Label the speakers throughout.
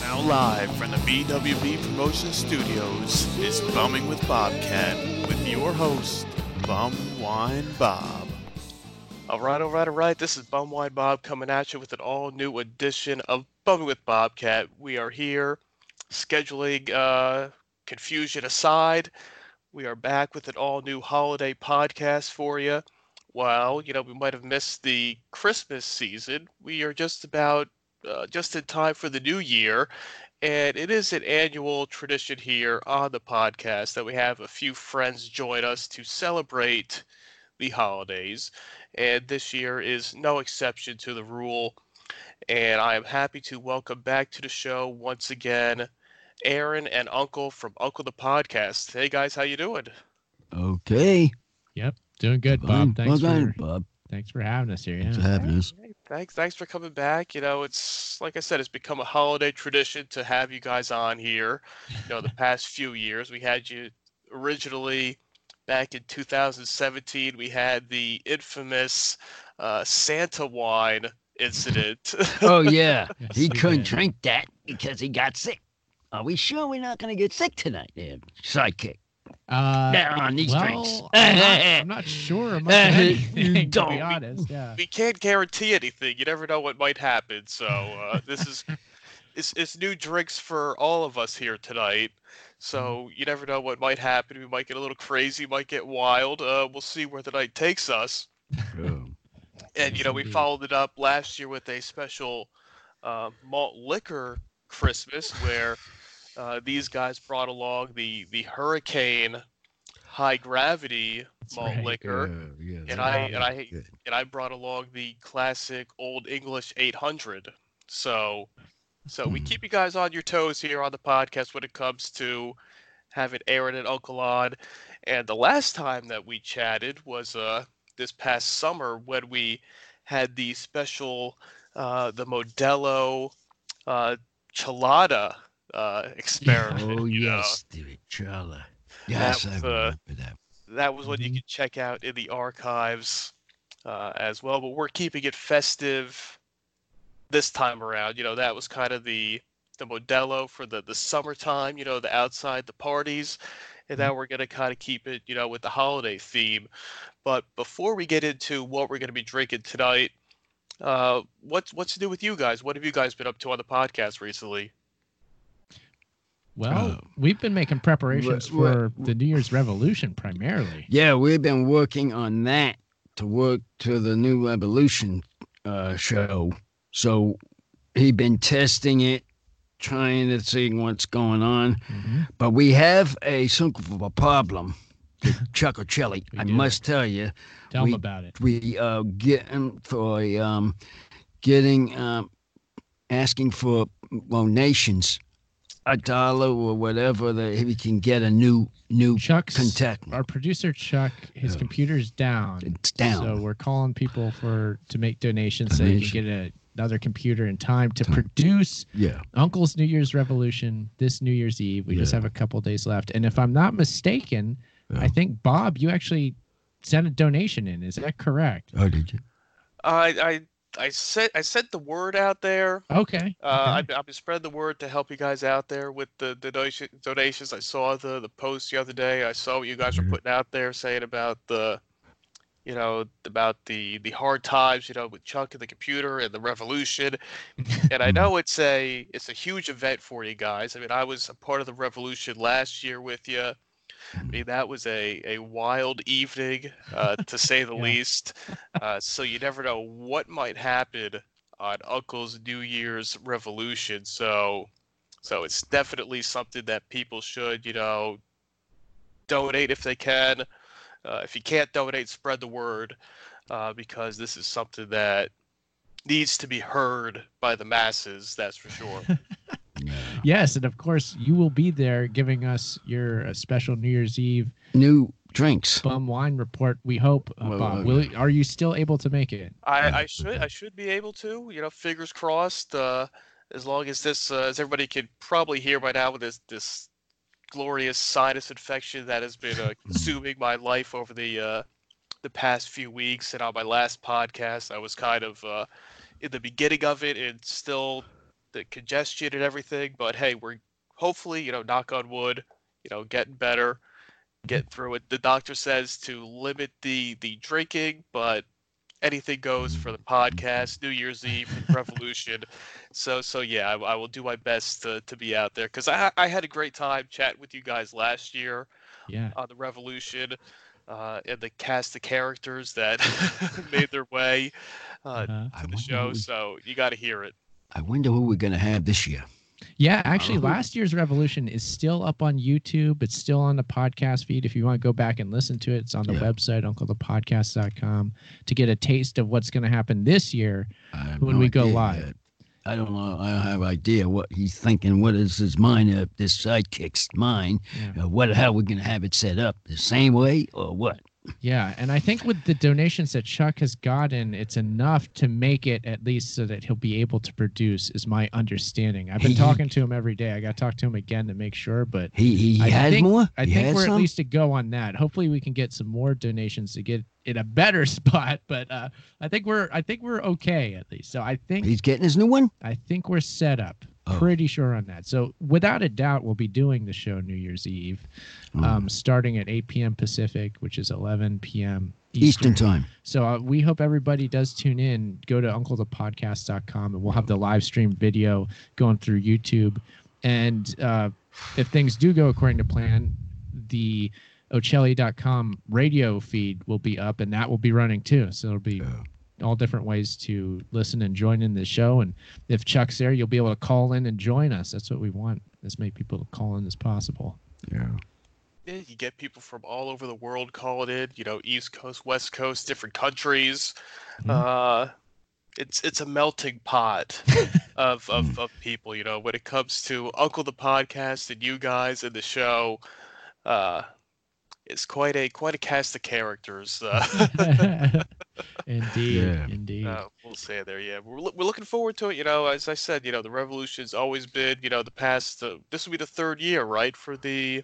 Speaker 1: Now live from the BWB Promotion Studios is Bumming with Bobcat with your host, Bum Wine Bob. All right, all right, all right. This is Bum Wine Bob coming at you with an all new edition of Bumming with Bobcat. We are here, scheduling uh, confusion aside. We are back with an all new holiday podcast for you. While, you know, we might have missed the Christmas season, we are just about uh, just in time for the new year. And it is an annual tradition here on the podcast that we have a few friends join us to celebrate the holidays. And this year is no exception to the rule. And I am happy to welcome back to the show once again Aaron and Uncle from Uncle the Podcast. Hey guys, how you doing?
Speaker 2: Okay.
Speaker 3: Yep, doing good, Bob.
Speaker 2: Fine.
Speaker 3: thanks
Speaker 2: Well done,
Speaker 3: for
Speaker 2: Bob.
Speaker 3: thanks for having us here.
Speaker 2: Thanks for
Speaker 3: yeah.
Speaker 2: having us.
Speaker 1: Thanks, thanks for coming back. You know, it's like I said, it's become a holiday tradition to have you guys on here. You know, the past few years we had you originally back in 2017. We had the infamous uh, Santa wine incident.
Speaker 2: Oh yeah,
Speaker 3: Yes,
Speaker 2: he
Speaker 3: we
Speaker 2: couldn't
Speaker 3: did.
Speaker 2: drink that because he got sick. Are we sure we're not gonna get sick tonight, yeah, sidekick?
Speaker 3: Uh,
Speaker 2: Down on these
Speaker 3: well,
Speaker 2: drinks.
Speaker 3: I'm, not, I'm not sure about
Speaker 2: You
Speaker 3: anything. To
Speaker 2: don't.
Speaker 3: be honest, yeah.
Speaker 1: we can't guarantee anything. You never know what might happen. So uh, this is it's, it's new drinks for all of us here tonight. So
Speaker 3: Mm-hmm.
Speaker 1: you never know what might happen. We might get a little crazy. Might get wild. Uh, we'll see where the night takes us. And you
Speaker 3: Yes,
Speaker 1: know we
Speaker 3: indeed.
Speaker 1: followed it up last year with a special uh, malt liquor Christmas where uh, these guys brought along the the Hurricane high gravity
Speaker 3: That's
Speaker 1: malt
Speaker 3: right.
Speaker 1: liquor
Speaker 2: yeah,
Speaker 1: and I and I
Speaker 2: good.
Speaker 1: and I brought along the classic Old English 800. So, so we
Speaker 2: Hmm.
Speaker 1: keep you guys on your toes here on the podcast when it comes to having Aaron and Uncle on. And the last time that we chatted was uh this past summer when we had the special uh the Modelo uh Chelada uh, experiment.
Speaker 2: Oh,
Speaker 1: you know?
Speaker 2: yes, the Chala. Yes, I
Speaker 1: was, uh,
Speaker 2: remember that.
Speaker 1: that was what you can check out in the archives uh, as well. But we're keeping it festive this time around. You know, that was kind of the the Modelo for the the summertime. You know, the outside, the parties, and now we're gonna kind of keep it, you know, with the holiday theme. But before we get into what we're gonna be drinking tonight, uh, what's what's new with you guys? What have you guys been up to on the podcast recently?
Speaker 3: Well,
Speaker 2: Oh.
Speaker 3: we've been making preparations
Speaker 2: Wha- wha-
Speaker 3: for the New Year's Revolution primarily.
Speaker 2: Yeah, we've been working on that to work to the new evolution uh, show. So he's been testing it, trying to see what's going on.
Speaker 3: Mhm.
Speaker 2: But we have a sunk of a problem, Chuck Chili.
Speaker 3: We
Speaker 2: I
Speaker 3: do.
Speaker 2: must tell you,
Speaker 3: Tell
Speaker 2: We-
Speaker 3: them about it.
Speaker 2: we uh getting for a, um getting um asking for donations a dollar or whatever that he can get a new new
Speaker 3: Chuck's
Speaker 2: contact
Speaker 3: our producer Chuck, his
Speaker 2: Yeah.
Speaker 3: computer's down.
Speaker 2: it's down
Speaker 3: So we're calling people for to make donations so you can
Speaker 2: Donation.
Speaker 3: get a, another computer in time to produce
Speaker 2: yeah
Speaker 3: Uncle's New Year's Revolution this New Year's Eve. We just
Speaker 2: Yeah.
Speaker 3: have a couple days left. And if I'm not mistaken,
Speaker 2: Yeah.
Speaker 3: I think Bob, you actually sent a donation in. Is that correct?
Speaker 2: oh did you
Speaker 1: I I I sent I sent the word out there.
Speaker 3: Okay.
Speaker 1: Uh,
Speaker 3: okay.
Speaker 1: I've, I've been spreading the word to help you guys out there with the, the donation, donations. I saw the, the post the other day. I saw what you guys were
Speaker 2: Mhm.
Speaker 3: Mm-hmm.
Speaker 1: putting out there saying about the, you know, about the, the hard times, you know, with Chuck and the computer and the revolution. and I know it's a it's a huge event for you guys. I mean, I was a part of the revolution last year with you.
Speaker 3: Mm-hmm.
Speaker 1: I mean, that was a, a wild evening, uh, to say the
Speaker 3: Yeah.
Speaker 1: least. Uh, so you never know what might happen on Uncle's New Year's Revolution. So, so it's definitely something that people should, you know, donate if they can. Uh, if you can't donate, spread the word uh, because this is something that needs to be heard by the masses. That's for sure.
Speaker 3: Yes, and of course you will be there giving us your uh, special New Year's Eve
Speaker 2: new drinks
Speaker 3: bum wine report. We hope, uh,
Speaker 2: Well,
Speaker 3: Bob.
Speaker 2: okay.
Speaker 3: Will, are you still able to make it?
Speaker 1: I, I should I should be able to. You know, fingers crossed. Uh, as long as this, uh, as everybody can probably hear by now, with this this glorious sinus infection that has been uh, consuming my life over the uh, the past few weeks, and on my last podcast, I was kind of uh, in the beginning of it, and still the congestion and everything. But hey, we're hopefully, you know, knock on wood, you know, getting better, getting through it. The doctor says to limit the the drinking, but anything goes for the podcast, New Year's Eve, Revolution. so so yeah, I, I will do my best to, to be out there because I I had a great time chatting with you guys last year
Speaker 3: Yeah.
Speaker 1: on the Revolution. Uh, and the cast of characters that made their way uh,
Speaker 3: Uh,
Speaker 2: I
Speaker 1: to the
Speaker 2: wonder
Speaker 1: show,
Speaker 2: who-
Speaker 1: so you got to hear it.
Speaker 2: i wonder who we're gonna have this year
Speaker 3: yeah, actually,
Speaker 2: Oh.
Speaker 3: last year's Revolution is still up on YouTube. It's still on the podcast feed. If you want to go back and listen to it, it's on the
Speaker 2: Yeah.
Speaker 3: website, unclethepodcast.com, to get a taste of what's going to happen this year.
Speaker 2: I have
Speaker 3: When we go
Speaker 2: idea
Speaker 3: live.
Speaker 2: yet. i don't know i don't have idea what he's thinking what is his mind uh, this sidekick's mind
Speaker 3: Yeah.
Speaker 2: uh, what how we're gonna have it set up the same way or what
Speaker 3: Yeah, and I think with the donations that Chuck has gotten, it's enough to make it at least so that he'll be able to produce. Is my understanding. I've been talking to him every day. I got to talk to him again to make sure, but
Speaker 2: he he,
Speaker 3: I
Speaker 2: had
Speaker 3: think-
Speaker 2: more
Speaker 3: I
Speaker 2: He
Speaker 3: think
Speaker 2: had
Speaker 3: we're at
Speaker 2: some?
Speaker 3: least a go on that. Hopefully, we can get some more donations to get in a better spot. But uh, I think we're I think we're okay at least. So I think
Speaker 2: he's getting his new one
Speaker 3: I think we're set up.
Speaker 2: Oh.
Speaker 3: Pretty sure on that. So without a doubt, we'll be doing the show New Year's Eve,
Speaker 2: Mm.
Speaker 3: um, starting at 8 p.m. Pacific, which is 11 p.m.
Speaker 2: Eastern time.
Speaker 3: So uh, we hope everybody does tune in. Go to unclethepodcast.com and we'll have the live stream video going through YouTube. And uh, if things do go according to plan, the ocelli.com radio feed will be up and that will be running too. So it'll be all different ways to listen and join in the show. And if Chuck's there, you'll be able to call in and join us. That's what we want, as many people to call in as possible.
Speaker 2: Yeah.
Speaker 1: Yeah, you get people from all over the world calling in. You know, East Coast, West Coast, different countries.
Speaker 3: Mhm.
Speaker 1: Uh, it's it's a melting pot of, of of people. You know, when it comes to Uncle the podcast and you guys and the show, uh, is quite a quite a cast of characters. Uh,
Speaker 3: indeed,
Speaker 2: Yeah.
Speaker 3: indeed.
Speaker 1: Uh, we'll say there, yeah. We're, loo- we're looking forward to it. You know, as I said, you know, the revolution's always been, you know, the past. Uh, this will be the third year, right, for the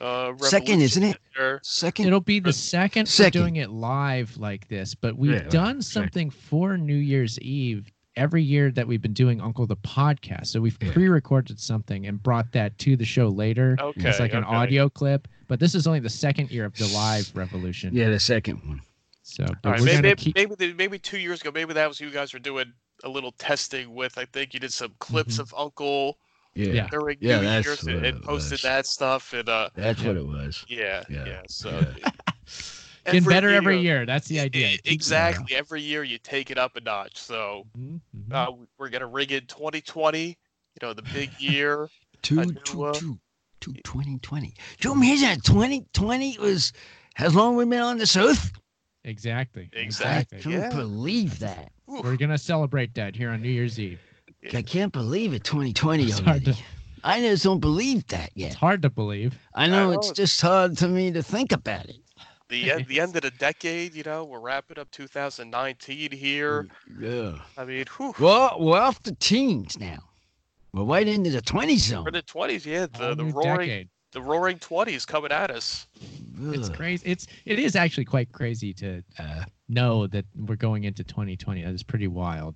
Speaker 1: uh, revolution.
Speaker 2: Second, isn't it?
Speaker 1: Or-
Speaker 2: 2nd
Speaker 3: It'll be the second for
Speaker 2: Second.
Speaker 3: doing it live like this, but we've
Speaker 2: Yeah,
Speaker 3: done
Speaker 2: right,
Speaker 3: something for New Year's Eve every year that we've been doing Uncle the podcast. So we've
Speaker 2: Yeah.
Speaker 3: pre-recorded something and brought that to the show later.
Speaker 1: Okay,
Speaker 3: it's like an
Speaker 1: okay.
Speaker 3: audio clip, but this is only the second year of the live revolution.
Speaker 2: yeah, the second one.
Speaker 3: So but
Speaker 1: All right,
Speaker 3: we're
Speaker 1: maybe
Speaker 3: gonna
Speaker 1: maybe,
Speaker 3: keep-
Speaker 1: maybe, the- maybe two years ago, maybe that was who you guys were doing a little testing with. I think you did some clips
Speaker 3: Mhm.
Speaker 1: of Uncle
Speaker 2: Yeah,
Speaker 3: Yeah.
Speaker 1: during
Speaker 2: Yeah,
Speaker 1: New
Speaker 2: that's
Speaker 1: Year's
Speaker 2: what
Speaker 1: and,
Speaker 2: it
Speaker 1: and posted
Speaker 2: was.
Speaker 1: that stuff. And uh,
Speaker 2: that's what it was.
Speaker 1: yeah, yeah.
Speaker 2: Yeah,
Speaker 1: so
Speaker 3: getting better every year. That's the idea.
Speaker 1: e-
Speaker 3: Keep doing it.
Speaker 1: Exactly. Every year you take it up a notch. So
Speaker 3: Mhm, mhm.
Speaker 1: uh, we're gonna rig it 2020. You know, the big year.
Speaker 2: Two,
Speaker 1: I
Speaker 2: two,
Speaker 1: do, uh,
Speaker 2: two, two, 2020. Do you imagine 2020 was how long we've been on this earth?
Speaker 3: Exactly.
Speaker 1: Exactly,
Speaker 2: I couldn't
Speaker 1: yeah.
Speaker 2: believe that.
Speaker 3: We're gonna celebrate that here on New Year's Eve.
Speaker 2: I can't believe it. 2020
Speaker 3: It's hard
Speaker 2: already.
Speaker 3: to-
Speaker 2: I just don't believe that
Speaker 3: It's
Speaker 2: yet.
Speaker 3: hard to believe.
Speaker 2: I know
Speaker 1: I
Speaker 2: it's
Speaker 1: know.
Speaker 2: just hard to me to think about it.
Speaker 1: The end, the end of the decade. You know, we're wrapping up 2019 here.
Speaker 3: Mm.
Speaker 2: Yeah.
Speaker 1: I mean, whew,
Speaker 2: Well, we're off the teens now. We're right into the 20 zone.
Speaker 1: we're in the 20s. Yeah,
Speaker 3: Whole
Speaker 1: the, the
Speaker 3: new
Speaker 1: roaring
Speaker 3: decade.
Speaker 1: the roaring 20s coming at us.
Speaker 3: It's
Speaker 2: Ugh.
Speaker 3: crazy. It's it is actually quite crazy to uh, know that we're going into 2020. That is pretty wild.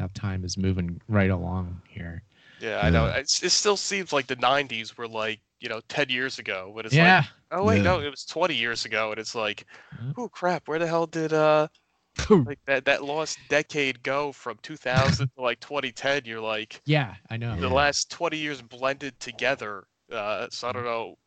Speaker 3: How time is moving right along here.
Speaker 1: Yeah, I know. It's, it still seems like the 90s were like you know 10 years ago, but it's like
Speaker 3: yeah. Mm.
Speaker 1: Oh wait,
Speaker 2: Yeah.
Speaker 1: no, it was 20 years ago, and it's like,
Speaker 3: Huh?
Speaker 1: oh crap, where the hell did uh like that that lost decade go from 2000 to like 2010? You're like
Speaker 3: yeah, I know.
Speaker 1: the last 20 years blended together. Uh, so I don't know.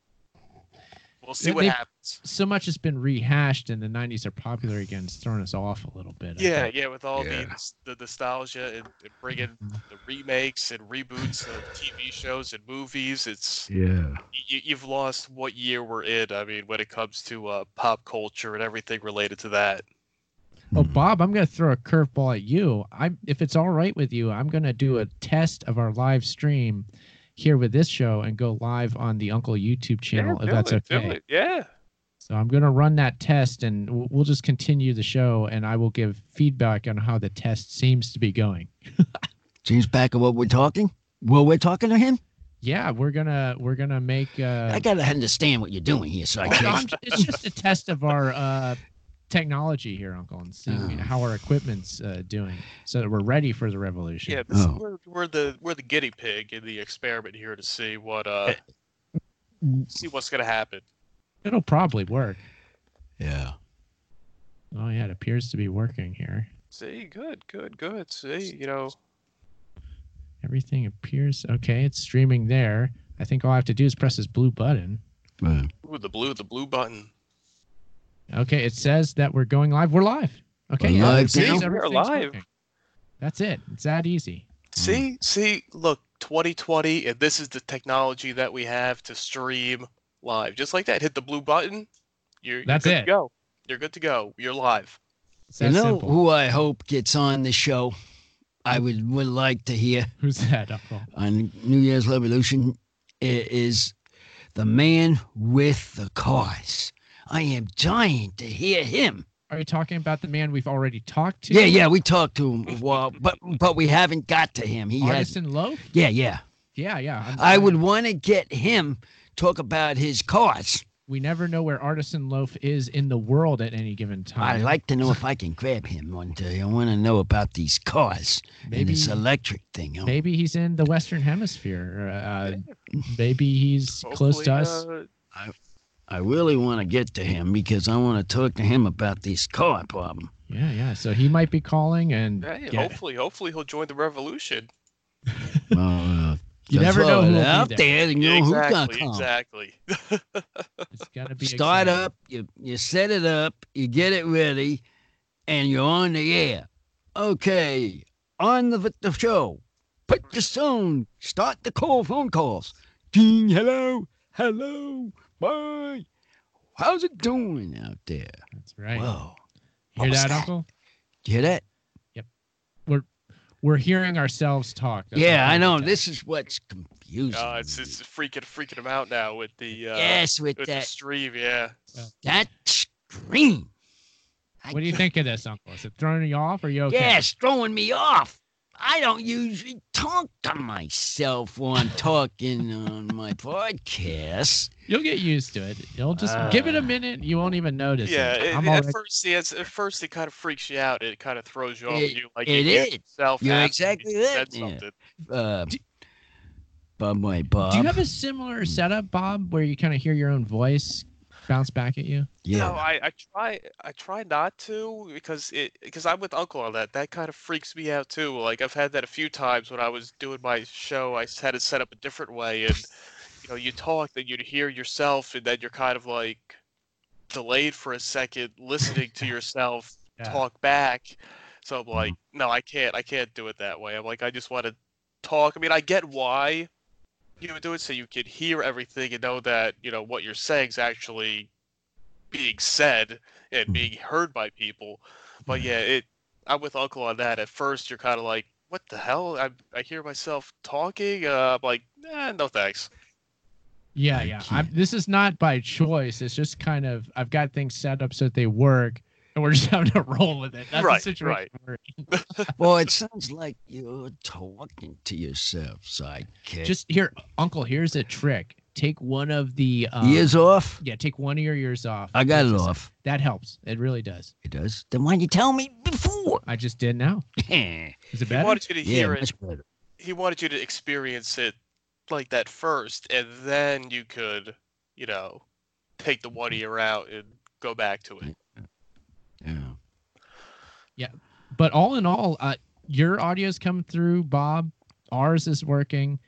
Speaker 1: We'll see
Speaker 3: Yeah,
Speaker 1: what
Speaker 3: they-
Speaker 1: happens.
Speaker 3: So much has been rehashed, and the 90s are popular again. It's thrown us off a little bit. I
Speaker 1: Yeah,
Speaker 3: think.
Speaker 1: yeah, with all
Speaker 2: Yeah.
Speaker 1: the nos- the nostalgia and, and bringing the remakes and reboots of TV shows and movies, it's
Speaker 2: Yeah.
Speaker 1: you, you've lost what year we're in. I mean, when it comes to uh, pop culture and everything related to that.
Speaker 3: Oh, Bob, I'm going to throw a curveball at you. I, if it's all right with you, I'm going to do a test of our live stream here with this show and go live on the Uncle YouTube channel. if that's okay.
Speaker 1: Yeah.
Speaker 3: So I'm going to run that test and w- we'll just continue the show and I will give feedback on how the test seems to be going.
Speaker 2: James back of what we're talking? Well, we're talking to him?
Speaker 3: Yeah, we're going to we're going to make uh
Speaker 2: I got to understand what you're doing here, so I
Speaker 3: I'm-
Speaker 2: can't.
Speaker 3: it's just a test of our uh technology here uncle and seeing
Speaker 2: Ah.
Speaker 3: how our equipment's uh, doing so that we're ready for the revolution.
Speaker 1: Yeah, this,
Speaker 2: Oh.
Speaker 1: we're, we're the we're the guinea pig in the experiment here to see what uh see what's gonna happen.
Speaker 3: It'll probably work.
Speaker 2: yeah.
Speaker 3: Oh yeah, it appears to be working here.
Speaker 1: See, good, good, good. See, you know,
Speaker 3: Everything appears okay. It's streaming there. I think all I have to do is press this blue button.
Speaker 2: Uh,
Speaker 1: ooh, the blue, the blue button.
Speaker 3: Okay, it says that we're going live. We're live. Okay,
Speaker 2: We're
Speaker 3: yeah,
Speaker 2: live
Speaker 3: it says
Speaker 2: now?
Speaker 1: We're
Speaker 3: everything's
Speaker 1: live.
Speaker 3: working. That's it. It's that easy.
Speaker 1: See, see, look, 2020, and this is the technology that we have to stream live, just like that. Hit the blue button. You're, you're
Speaker 3: That's
Speaker 1: good
Speaker 3: it.
Speaker 1: To go. You're good to go. You're live.
Speaker 3: It's
Speaker 2: you
Speaker 3: that
Speaker 2: know
Speaker 3: simple.
Speaker 2: who I hope gets on the show? I would would like to hear
Speaker 3: Who's that? Uncle?
Speaker 2: on New Year's Revolution i- is the man with the cause. I am dying to hear him.
Speaker 3: Are you talking about the man we've already talked to?
Speaker 2: Yeah, yeah, we talked to him, well, but but we haven't got to him. He has.
Speaker 3: Artisan Loaf?
Speaker 2: Yeah, yeah.
Speaker 3: Yeah, yeah. I'm-
Speaker 2: I would want to get him talk about his cause.
Speaker 3: We never know where Artisan Loaf is in the world at any given time.
Speaker 2: I'd like to know if I can grab him one day. I want to know about these cars and
Speaker 3: maybe
Speaker 2: this electric thing. I'm-
Speaker 3: maybe he's in the Western Hemisphere. Uh, maybe he's close to
Speaker 1: Hopefully,
Speaker 3: us.
Speaker 1: uh,
Speaker 2: I really want to get to him because I want to talk to him about this car problem.
Speaker 3: Yeah, yeah. So he might be calling, and
Speaker 1: hey,
Speaker 3: yeah,
Speaker 1: hopefully, hopefully he'll join the revolution.
Speaker 2: Uh,
Speaker 3: Oh, You
Speaker 2: the
Speaker 3: never know
Speaker 2: fellow
Speaker 3: who'll be
Speaker 2: out
Speaker 3: there.
Speaker 2: there. You know who's gonna
Speaker 1: exactly,
Speaker 2: come.
Speaker 1: exactly.
Speaker 3: it's gotta be
Speaker 2: Start
Speaker 3: exciting.
Speaker 2: up. You you set it up. You get it ready, and you're on the air. Okay, on the, the show. Put the sound. Start the call phone calls. Ding. Hello. Hello. Bye. How's it doing out there?
Speaker 3: That's right.
Speaker 2: Whoa.
Speaker 3: Hear
Speaker 2: was
Speaker 3: that,
Speaker 2: that?
Speaker 3: Uncle?
Speaker 2: You hear that?
Speaker 3: we're hearing ourselves talk. That's
Speaker 2: yeah,
Speaker 3: what
Speaker 2: I know.
Speaker 3: think.
Speaker 2: This is what's confusing.
Speaker 1: Uh, it's it's freaking freaking him out now with the uh,
Speaker 2: yes, with,
Speaker 1: with the
Speaker 2: that
Speaker 1: stream. Yeah,
Speaker 2: that scream. I
Speaker 3: What do you
Speaker 2: can't-
Speaker 3: think of this, Uncle? Is it throwing you off? Or are you okay?
Speaker 2: Yes, throwing me off. I don't usually talk to myself when I'm talking on my podcast.
Speaker 3: You'll get used to it. You'll just
Speaker 2: Uh,
Speaker 3: give it a minute. You won't even notice.
Speaker 1: yeah.
Speaker 3: It.
Speaker 1: It,
Speaker 3: I'm
Speaker 1: at
Speaker 3: already-
Speaker 1: first, yeah, it's, at first it kind of freaks you out. It kind of throws you off.
Speaker 2: It-
Speaker 1: you like
Speaker 2: it
Speaker 1: you hear
Speaker 2: is.
Speaker 1: Yourself
Speaker 2: You're
Speaker 1: after you
Speaker 2: exactly right,
Speaker 1: said
Speaker 2: yeah.
Speaker 1: something.
Speaker 2: Uh, by my Bob.
Speaker 3: Do you have a similar setup, Bob, where you kind of hear your own voice bounce back at you?
Speaker 2: yeah.
Speaker 1: No, I, I try I try not to because it because I'm with Uncle on that. That kind of freaks me out too. Like I've had that a few times when I was doing my show. I s- had it set up a different way, and you know, you talk, then you'd hear yourself, and then you're kind of like delayed for a second, listening to yourself
Speaker 3: Yeah.
Speaker 1: talk back. So I'm like, no, I can't, I can't do it that way. I'm like, I just want to talk. I mean, I get why you would do it so you could hear everything and know that you know what you're saying is actually being said and being heard by people. But yeah, it. I'm with Uncle on that. At first, you're kind of like, "What the hell?" I I hear myself talking. Uh, I'm like, "Nah, no thanks."
Speaker 3: Yeah,
Speaker 2: I
Speaker 3: yeah. I'm,
Speaker 2: can't.
Speaker 3: this is not by choice. It's just kind of I've got things set up so that they work, and we're just having to roll with it. That's
Speaker 1: Right,
Speaker 3: the situation.
Speaker 1: right.
Speaker 3: we're in.
Speaker 2: Well, it sounds like you're talking to yourself, sidekick.
Speaker 3: Just here, Uncle. Here's a trick. Take one of the um,
Speaker 1: uh,
Speaker 2: ears off.
Speaker 3: Yeah, take one of your ears off.
Speaker 2: I got it
Speaker 3: Just-
Speaker 2: off.
Speaker 3: That helps. It really does.
Speaker 2: It does. Then why didn't you tell me before?
Speaker 3: I just did now.
Speaker 2: yeah,
Speaker 3: Is it
Speaker 1: He
Speaker 3: better?
Speaker 1: wanted you to hear it.
Speaker 2: much better.
Speaker 1: He wanted you to experience it like that first, and then you could, you know, take the one ear out and go back to it.
Speaker 2: Yeah.
Speaker 3: but all in all, uh, your audio's coming through, Bob. Ours is working.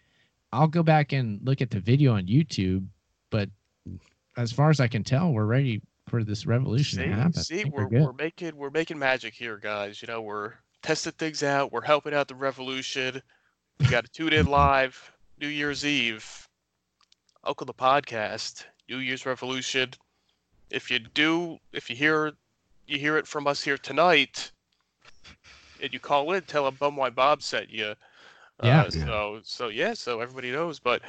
Speaker 3: I'll go back and look at the video on YouTube, but as far as I can tell, we're ready for this revolution to happen. I
Speaker 1: see,
Speaker 3: think
Speaker 1: we're
Speaker 3: good.
Speaker 1: we're making we're making magic here, guys. You know, we're testing things out. We're helping out the revolution. We got to tune in live New Year's Eve. Uncle the podcast, New Year's Revolution. If you do, if you hear, you hear it from us here tonight, and you call in, tell them Bumwine Bob sent you.
Speaker 3: Yeah.
Speaker 1: Uh, so so yeah, so everybody knows, but.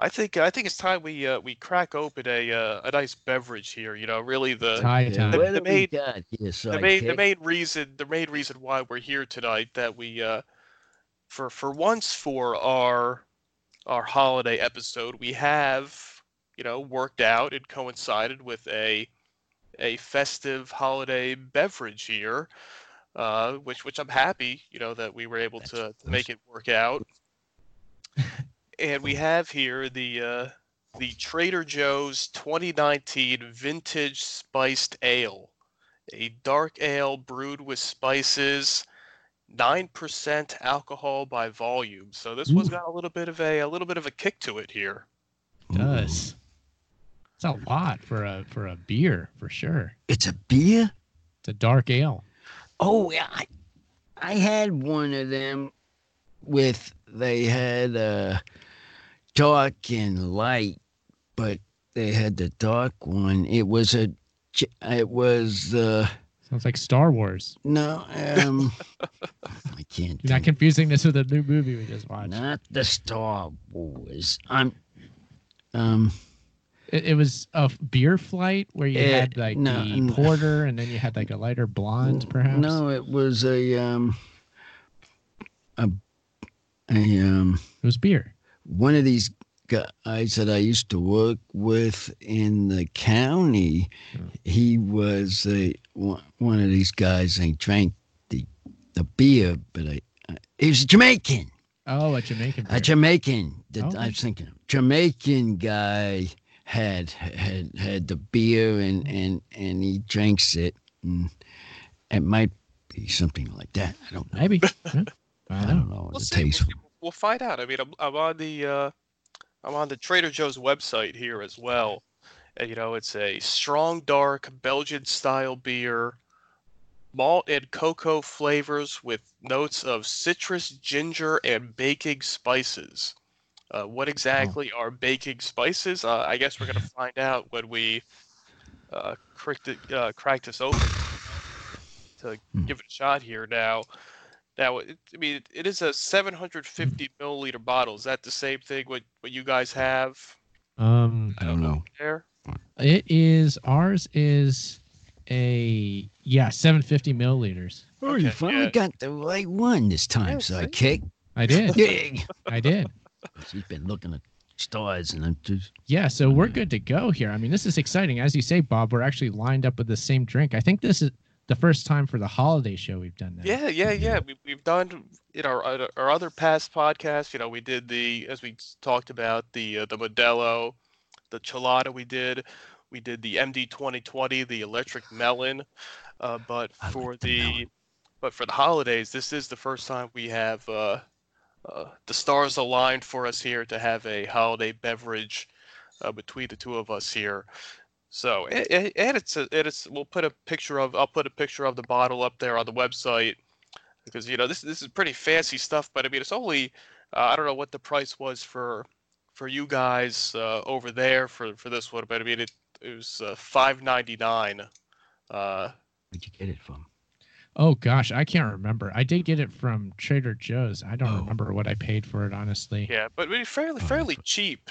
Speaker 1: I think I think it's time we uh, we crack open a uh, a nice beverage here. You know, really the
Speaker 3: Tie time.
Speaker 1: Well,
Speaker 2: What
Speaker 1: the
Speaker 2: have we
Speaker 1: main-
Speaker 2: got here,
Speaker 1: the main the
Speaker 2: sidekick?
Speaker 1: main reason the main reason why we're here tonight that we uh for for once for our our holiday episode we have you know worked out and coincided with a a festive holiday beverage here uh which which I'm happy you know that we were able to, to make it work out and we have here the uh the Trader Joe's 2019 vintage spiced ale a dark ale brewed with spices, nine percent alcohol by volume. So this one's got a little bit of a a little bit of a kick to it here.
Speaker 3: does. It's a lot for a for a beer for sure.
Speaker 2: It's a beer.
Speaker 3: It's a dark ale.
Speaker 2: Oh yeah, I, I had one of them with they had uh dark and light, but they had the dark one. It was a, j- it was uh
Speaker 3: Sounds like Star Wars.
Speaker 2: no um, I can't.
Speaker 3: You're not
Speaker 2: think.
Speaker 3: confusing this with a new movie we just watched.
Speaker 2: Not the Star Wars. I'm um
Speaker 3: It, it was a f- beer flight where you
Speaker 2: Eh,
Speaker 3: had like
Speaker 2: no,
Speaker 3: the
Speaker 2: n-
Speaker 3: porter, and then you had like a lighter blonde, perhaps.
Speaker 2: no, it was a um a a um
Speaker 3: it was beer.
Speaker 2: one of these guys that I used to work with in the county, he was a one one of these guys. They drank the the beer, but I, I he was Jamaican,
Speaker 3: Oh, a Jamaican beer.
Speaker 2: a Jamaican. That
Speaker 3: Okay.
Speaker 2: I was thinking, Jamaican guy had had had the beer and and and he drinks it, and it might be something like that. I don't know.
Speaker 3: Maybe. Yeah. I
Speaker 2: I
Speaker 3: don't know.
Speaker 2: don't know.
Speaker 1: We'll
Speaker 2: the
Speaker 1: see. We'll,
Speaker 2: taste.
Speaker 1: see. We'll find out. I mean, I'm, I'm on the uh, I'm on the Trader Joe's website here as well, and you know it's a strong dark Belgian style beer, malt and cocoa flavors with notes of citrus, ginger, and baking spices. Uh, what exactly are baking spices? Uh, I guess we're gonna find out when we uh, crack, the, uh, crack this open to give it a shot here now Now, it, I mean, it, it is a 750 milliliter bottle. Is that the same thing what what you guys have
Speaker 3: Um,
Speaker 2: I don't know.
Speaker 1: there?
Speaker 3: it is ours is a yeah 750 milliliters.
Speaker 2: Oh, you
Speaker 1: Okay,
Speaker 2: finally
Speaker 1: yeah.
Speaker 2: got the right one this time, sidekick.
Speaker 3: I did.
Speaker 2: Yay!
Speaker 3: I did.
Speaker 2: She's been looking at stars and I'm just.
Speaker 3: Yeah, so we're good to go here. I mean, this is exciting. As you say, Bob, we're actually lined up with the same drink. I think this is the first time for the holiday show we've done that.
Speaker 1: Yeah, yeah, yeah. We, we've done in our other- our other past podcasts. You know, we did the as we s- talked about the uh, the Modelo, the Chelada. We did, we did the MD twenty twenty, the Electric Melon. Uh, but
Speaker 2: I like
Speaker 1: for
Speaker 2: the
Speaker 1: the,
Speaker 2: melon.
Speaker 1: but for the holidays, this is the first time we have uh, uh, the stars aligned for us here to have a holiday beverage uh, between the two of us here. So, a- a- Eh, and it's a, and it's we'll put a picture of I'll put a picture of the bottle up there on the website because you know this this is pretty fancy stuff, but I mean it's only uh, I don't know what the price was for for you guys uh, over there for for this one, but I mean it it was uh, five ninety nine. Uh,
Speaker 2: Where'd you get it from?
Speaker 3: Oh gosh, I can't remember. I did get it from Trader Joe's. I don't
Speaker 2: Oh.
Speaker 3: remember what I paid for it honestly.
Speaker 1: yeah, but I mean, fairly
Speaker 2: Oh,
Speaker 1: fairly
Speaker 2: that's-
Speaker 1: cheap.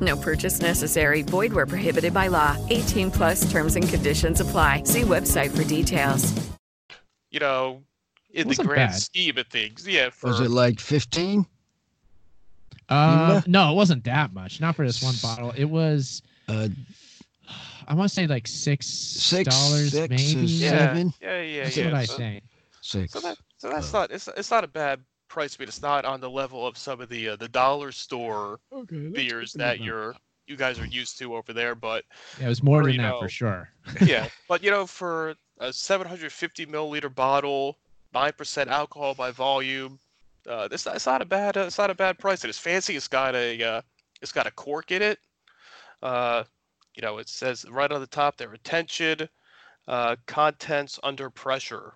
Speaker 4: No purchase necessary. Void where prohibited by law. 18 plus terms and conditions apply. See website for details.
Speaker 1: You know, in the
Speaker 3: Wasn't
Speaker 1: grand
Speaker 3: bad.
Speaker 1: scheme of things, yeah. For
Speaker 2: Was it like 15?
Speaker 3: Uh,
Speaker 2: Remember?
Speaker 3: Um, no, it wasn't that much. Not for this one bottle. It was
Speaker 2: Uh,
Speaker 3: I want to say like six
Speaker 2: Six,
Speaker 3: six dollars
Speaker 2: six or
Speaker 3: maybe.
Speaker 2: seven.
Speaker 1: yeah, yeah, yeah,
Speaker 3: That's
Speaker 1: yeah.
Speaker 3: what I
Speaker 1: so-
Speaker 3: think.
Speaker 2: six.
Speaker 1: So that so that's not it's it's not a bad price. I mean, it's not on the level of some of the uh, the dollar store
Speaker 3: Okay,
Speaker 1: beers
Speaker 3: Mm-hmm.
Speaker 1: that you're you guys are used to over there. But
Speaker 3: Yeah, it was more
Speaker 1: Or,
Speaker 3: than
Speaker 1: you
Speaker 3: that
Speaker 1: know,
Speaker 3: for sure.
Speaker 1: yeah, but you know, for a 750 milliliter bottle, nine percent alcohol by volume, uh, this it's not a bad uh, it's not a bad price. It is fancy. It's got a uh, it's got a cork in it. Uh, you know, it says right on the top there, attention, uh, contents under pressure.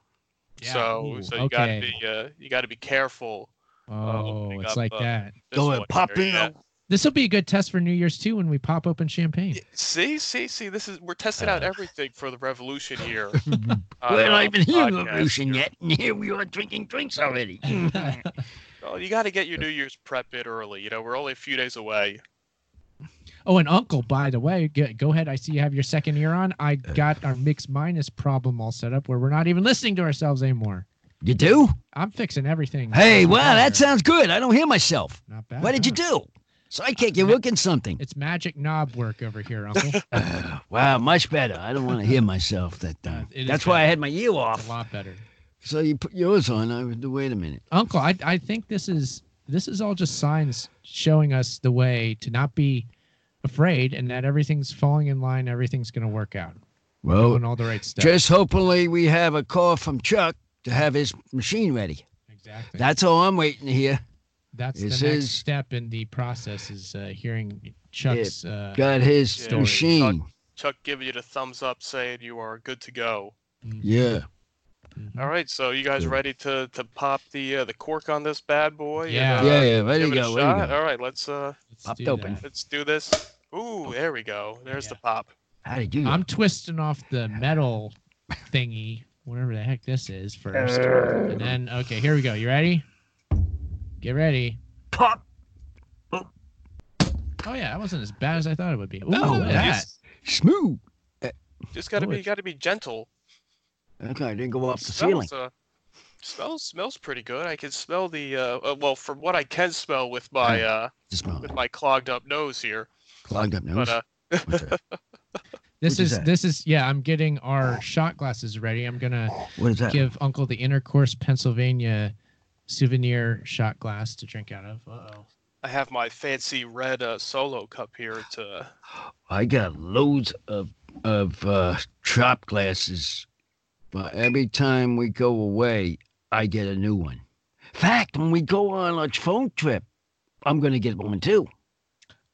Speaker 3: Yeah,
Speaker 1: so
Speaker 3: ooh,
Speaker 1: so you gotta
Speaker 3: okay.
Speaker 1: be uh, you gotta be careful.
Speaker 3: Oh,
Speaker 1: opening
Speaker 3: it's
Speaker 1: up,
Speaker 3: like
Speaker 1: uh,
Speaker 3: that.
Speaker 1: this
Speaker 2: Go
Speaker 1: one
Speaker 2: ahead, pop
Speaker 1: here,
Speaker 2: in.
Speaker 1: yeah.
Speaker 2: a-
Speaker 3: This will be a good test for New Year's too when we pop open champagne.
Speaker 1: Yeah, See, see, see. This is we're testing
Speaker 3: Uh.
Speaker 1: out everything for the revolution here. on,
Speaker 2: We're
Speaker 1: uh,
Speaker 2: not even here in
Speaker 1: podcast
Speaker 2: Revolution
Speaker 1: here.
Speaker 2: yet, and here we are drinking drinks already.
Speaker 1: Oh, you got to get your New Year's prep in early. You know, we're only a few days away.
Speaker 3: Oh, and Uncle, by the way, go, go ahead. I see you have your second ear on. I got our mix minus problem all set up where we're not even listening to ourselves anymore.
Speaker 2: you do?
Speaker 3: I'm fixing everything.
Speaker 2: Hey,
Speaker 3: Not
Speaker 2: wow,
Speaker 3: bad.
Speaker 2: that sounds good. I don't hear myself.
Speaker 3: not bad.
Speaker 2: What did you
Speaker 3: huh?
Speaker 2: do? Sidekick, you're looking something.
Speaker 3: It's magic knob work over here, Uncle. It's
Speaker 2: Uh, wow, much better. I don't want to hear myself that time.
Speaker 3: It is
Speaker 2: That's why I
Speaker 3: better.
Speaker 2: had my ear
Speaker 3: a
Speaker 2: off.
Speaker 3: lot better,
Speaker 2: So you put yours on. I would wait a minute.
Speaker 3: Uncle. I I think this is this is all just signs showing us the way to not be afraid and that everything's falling in line. Everything's going to work out.
Speaker 2: Well,
Speaker 3: Doing all the right stuff.
Speaker 2: just hopefully we have a call from Chuck to have his machine ready.
Speaker 3: exactly.
Speaker 2: That's all I'm waiting to hear.
Speaker 3: That's
Speaker 2: This
Speaker 3: the next
Speaker 2: is-
Speaker 3: step in the process is uh, hearing Chuck's. Uh,
Speaker 2: Got his
Speaker 1: Yeah.
Speaker 2: machine.
Speaker 1: Chuck giving you the thumbs up, saying you are good to go.
Speaker 2: Yeah.
Speaker 1: All right, so you guys
Speaker 2: Yeah.
Speaker 1: ready to to pop the uh, the cork on this bad boy? and,
Speaker 3: Yeah.
Speaker 1: uh,
Speaker 2: Yeah, yeah. Ready
Speaker 1: give
Speaker 2: to
Speaker 1: it a
Speaker 2: go. Ready to
Speaker 1: shot?
Speaker 2: go.
Speaker 1: All right, let's uh
Speaker 3: let's
Speaker 2: popped
Speaker 3: do
Speaker 2: open.
Speaker 3: that.
Speaker 1: let's do this. Ooh, there we go. There's the pop.
Speaker 2: How did you?
Speaker 3: I'm twisting off the metal thingy, whatever the heck this is first,
Speaker 2: Uh.
Speaker 3: and then okay, here we go. You ready? Get ready. Pop. Oh yeah, that wasn't as bad as I thought it would be. Ooh,
Speaker 2: Oh,
Speaker 3: look at that.
Speaker 2: that's smooth.
Speaker 1: Just gotta
Speaker 2: Oh,
Speaker 1: be
Speaker 2: it's-
Speaker 1: gotta be gentle.
Speaker 2: Okay, I didn't go off the ceiling.
Speaker 1: Smells, uh, smells smells pretty good. I can smell the uh, uh, well from what I can smell with my uh with my clogged up nose here.
Speaker 2: Clogged up nose.
Speaker 1: But uh,
Speaker 3: This
Speaker 2: Which is
Speaker 3: is
Speaker 2: that?
Speaker 3: this is yeah. I'm getting our shot glasses ready. I'm gonna
Speaker 2: What is that?
Speaker 3: give Uncle the Intercourse Pennsylvania souvenir shot glass to drink out of. Uh oh.
Speaker 1: I have my fancy red uh, solo cup here to
Speaker 2: I got loads of of uh, chop glasses, but every time we go away, I get a new one. Fact, when we go on a phone trip, I'm gonna get one too.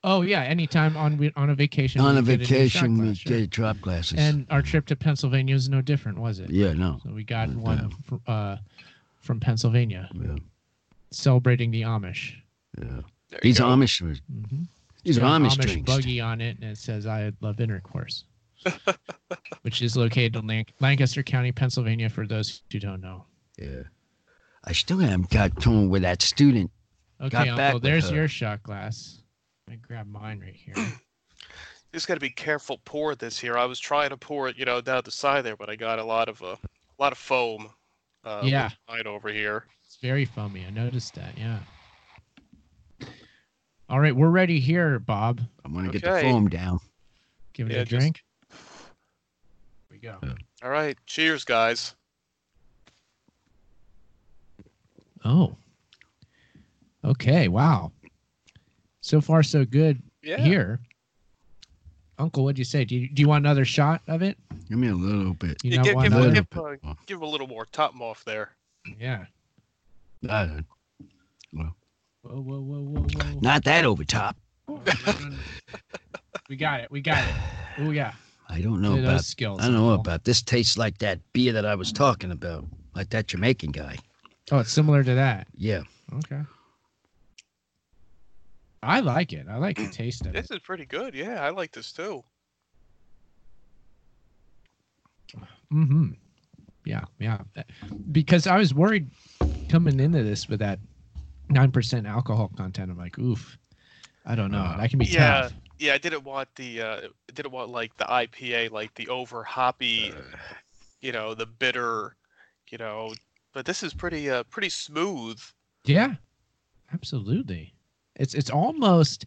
Speaker 3: Oh yeah. Anytime on we- on a vacation.
Speaker 2: on
Speaker 3: we
Speaker 2: a
Speaker 3: get new shot
Speaker 2: vacation,
Speaker 3: glass,
Speaker 2: we
Speaker 3: sure.
Speaker 2: get drop glasses.
Speaker 3: And our trip to Pennsylvania was no different, was it?
Speaker 2: yeah, no.
Speaker 3: So we got one fr- uh, from Pennsylvania. Celebrating the Amish. Mm-hmm.
Speaker 2: Yeah. These Amish, these
Speaker 3: It's got an
Speaker 2: Amish, drinks.
Speaker 3: buggy on it, and it says "I love intercourse," which is located in Lanc- Lancaster County, Pennsylvania. For those who don't know.
Speaker 2: Yeah. I still haven't got torn with that student.
Speaker 3: Okay,
Speaker 2: got back
Speaker 3: Uncle.
Speaker 2: with
Speaker 3: There's
Speaker 2: her.
Speaker 3: your shot glass. Let me grab mine right here.
Speaker 1: just gotta be careful pour this here. I was trying to pour it, you know, down the side there, but I got a lot of uh, a lot of foam. Uh, with
Speaker 3: Yeah.
Speaker 1: mine over here.
Speaker 3: It's very foamy. I noticed that. Yeah. All right, we're ready here, Bob.
Speaker 2: I'm gonna
Speaker 1: get the Okay. foam
Speaker 2: down.
Speaker 3: Give it
Speaker 1: Yeah,
Speaker 3: a
Speaker 1: just-
Speaker 3: drink. Here we go.
Speaker 1: All right, cheers, guys.
Speaker 3: Oh. Okay. Wow. So far, so good
Speaker 1: Yeah.
Speaker 3: here. Uncle, what'd you say? Do you, do you want another shot of it?
Speaker 2: Give me a little bit.
Speaker 3: You
Speaker 1: Yeah,
Speaker 3: know
Speaker 1: give,
Speaker 3: what?
Speaker 1: give,
Speaker 3: Another-
Speaker 1: give, uh, give a little more top 'em off there.
Speaker 3: yeah.
Speaker 2: Uh,
Speaker 3: Whoa, whoa, whoa, whoa, whoa.
Speaker 2: not that over top.
Speaker 3: we got it. We got it. Oh, yeah.
Speaker 2: I don't know
Speaker 3: Look at
Speaker 2: about.
Speaker 3: those skills,
Speaker 2: I don't know
Speaker 3: Uncle.
Speaker 2: about this. Tastes like that beer that I was talking about, like that Jamaican guy.
Speaker 3: Oh, it's similar to that.
Speaker 2: Yeah.
Speaker 3: Okay. I like it. I like the taste of it.
Speaker 1: This is pretty good. Yeah, I like this too.
Speaker 3: Mm-hmm. Yeah, yeah. That- Because I was worried coming into this with that nine percent alcohol content. I'm like, oof, I don't know. That can be
Speaker 1: yeah,
Speaker 3: tough.
Speaker 1: yeah. I didn't want the uh, I didn't want like the IPA, like the over hoppy, you know, the bitter, you know. But this is pretty uh, pretty smooth.
Speaker 3: Yeah, absolutely. It's it's almost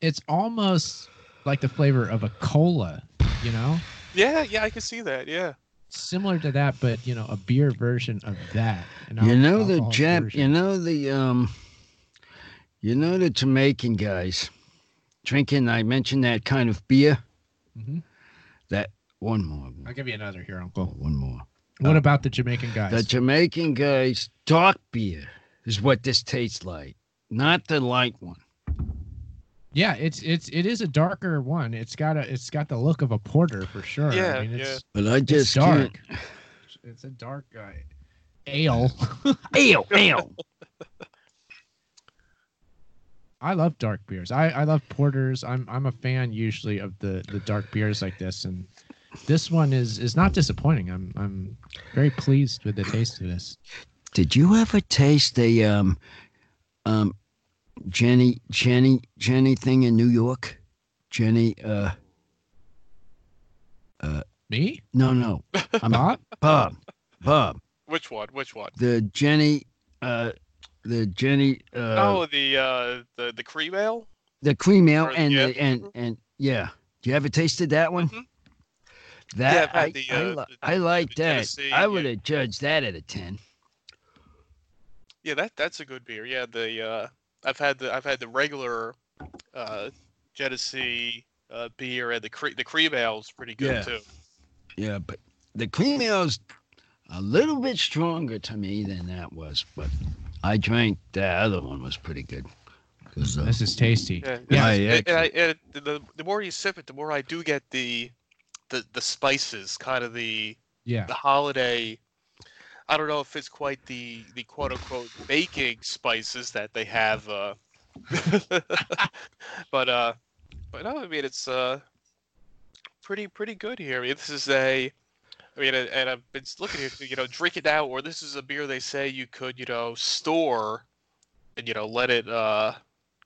Speaker 3: it's almost like the flavor of a cola, you know,
Speaker 1: Yeah, yeah. I can see that. Yeah.
Speaker 3: similar to that, but you know, a beer version of that. an
Speaker 2: you know the
Speaker 3: alcohol
Speaker 2: Jap.
Speaker 3: version.
Speaker 2: You know the um. You know the Jamaican guys, drinking. I mentioned that kind of beer.
Speaker 3: Mhm.
Speaker 2: That one more. Oh,
Speaker 3: I'll give you another here, Uncle.
Speaker 2: One more.
Speaker 3: What about the Jamaican guys?
Speaker 2: The Jamaican guys dark beer is what this tastes like, not the light one.
Speaker 3: Yeah, it's it's it is a darker one. It's got a it's got the look of a porter for sure.
Speaker 1: Yeah,
Speaker 3: I mean,
Speaker 1: yeah.
Speaker 3: it's,
Speaker 2: But I
Speaker 3: it's
Speaker 2: just
Speaker 3: dark.
Speaker 2: can't.
Speaker 3: It's a dark uh, ale.
Speaker 2: Ale, ale.
Speaker 3: I love dark beers. I I love porters. I'm I'm a fan usually of the the dark beers like this, and this one is is not disappointing. I'm I'm very pleased with the taste of this.
Speaker 2: Did you ever taste the um, um, Jenny Jenny Jenny thing in New York? Jenny, uh,
Speaker 3: Me,
Speaker 2: no, no, I'm
Speaker 3: Bob?
Speaker 2: Bob, Bob.
Speaker 1: Which one? Which one?
Speaker 2: The Jenny, uh, the Jenny, uh,
Speaker 1: oh, the uh, the the cream ale.
Speaker 2: the cream ale,
Speaker 1: or-
Speaker 2: and
Speaker 1: yeah.
Speaker 2: the, and and yeah. You ever tasted that one?
Speaker 1: Mhm. Yeah, I've
Speaker 2: That
Speaker 1: had
Speaker 2: I,
Speaker 1: the,
Speaker 2: I,
Speaker 1: uh,
Speaker 2: li-
Speaker 1: the-
Speaker 2: I like
Speaker 1: the
Speaker 2: that.
Speaker 1: Tennessee,
Speaker 2: I
Speaker 1: yeah.
Speaker 2: would have judged that at a ten.
Speaker 1: Yeah, that that's a good beer. Yeah, the uh, I've had the I've had the regular uh, Genesee uh, beer and the cre- the cream ale's pretty good
Speaker 2: Yeah.
Speaker 1: too.
Speaker 2: Yeah, but the cream ale's a little bit stronger to me than that was, but I drank that other one was pretty good. 'Cause, uh,
Speaker 3: This is tasty.
Speaker 1: Yeah,
Speaker 2: Yeah,
Speaker 1: yeah.
Speaker 2: yeah,
Speaker 1: and I, and the, the more you sip it, the more I do get the the the spices, kind of the
Speaker 3: Yeah,
Speaker 1: the holiday. I don't know if it's quite the the quote unquote baking spices that they have, uh, but uh, But no, I mean it's uh pretty pretty good here. I mean this is a I mean and- and I've been looking here, you know, drink it now or this is a beer they say you could, you know, store and you know, let it uh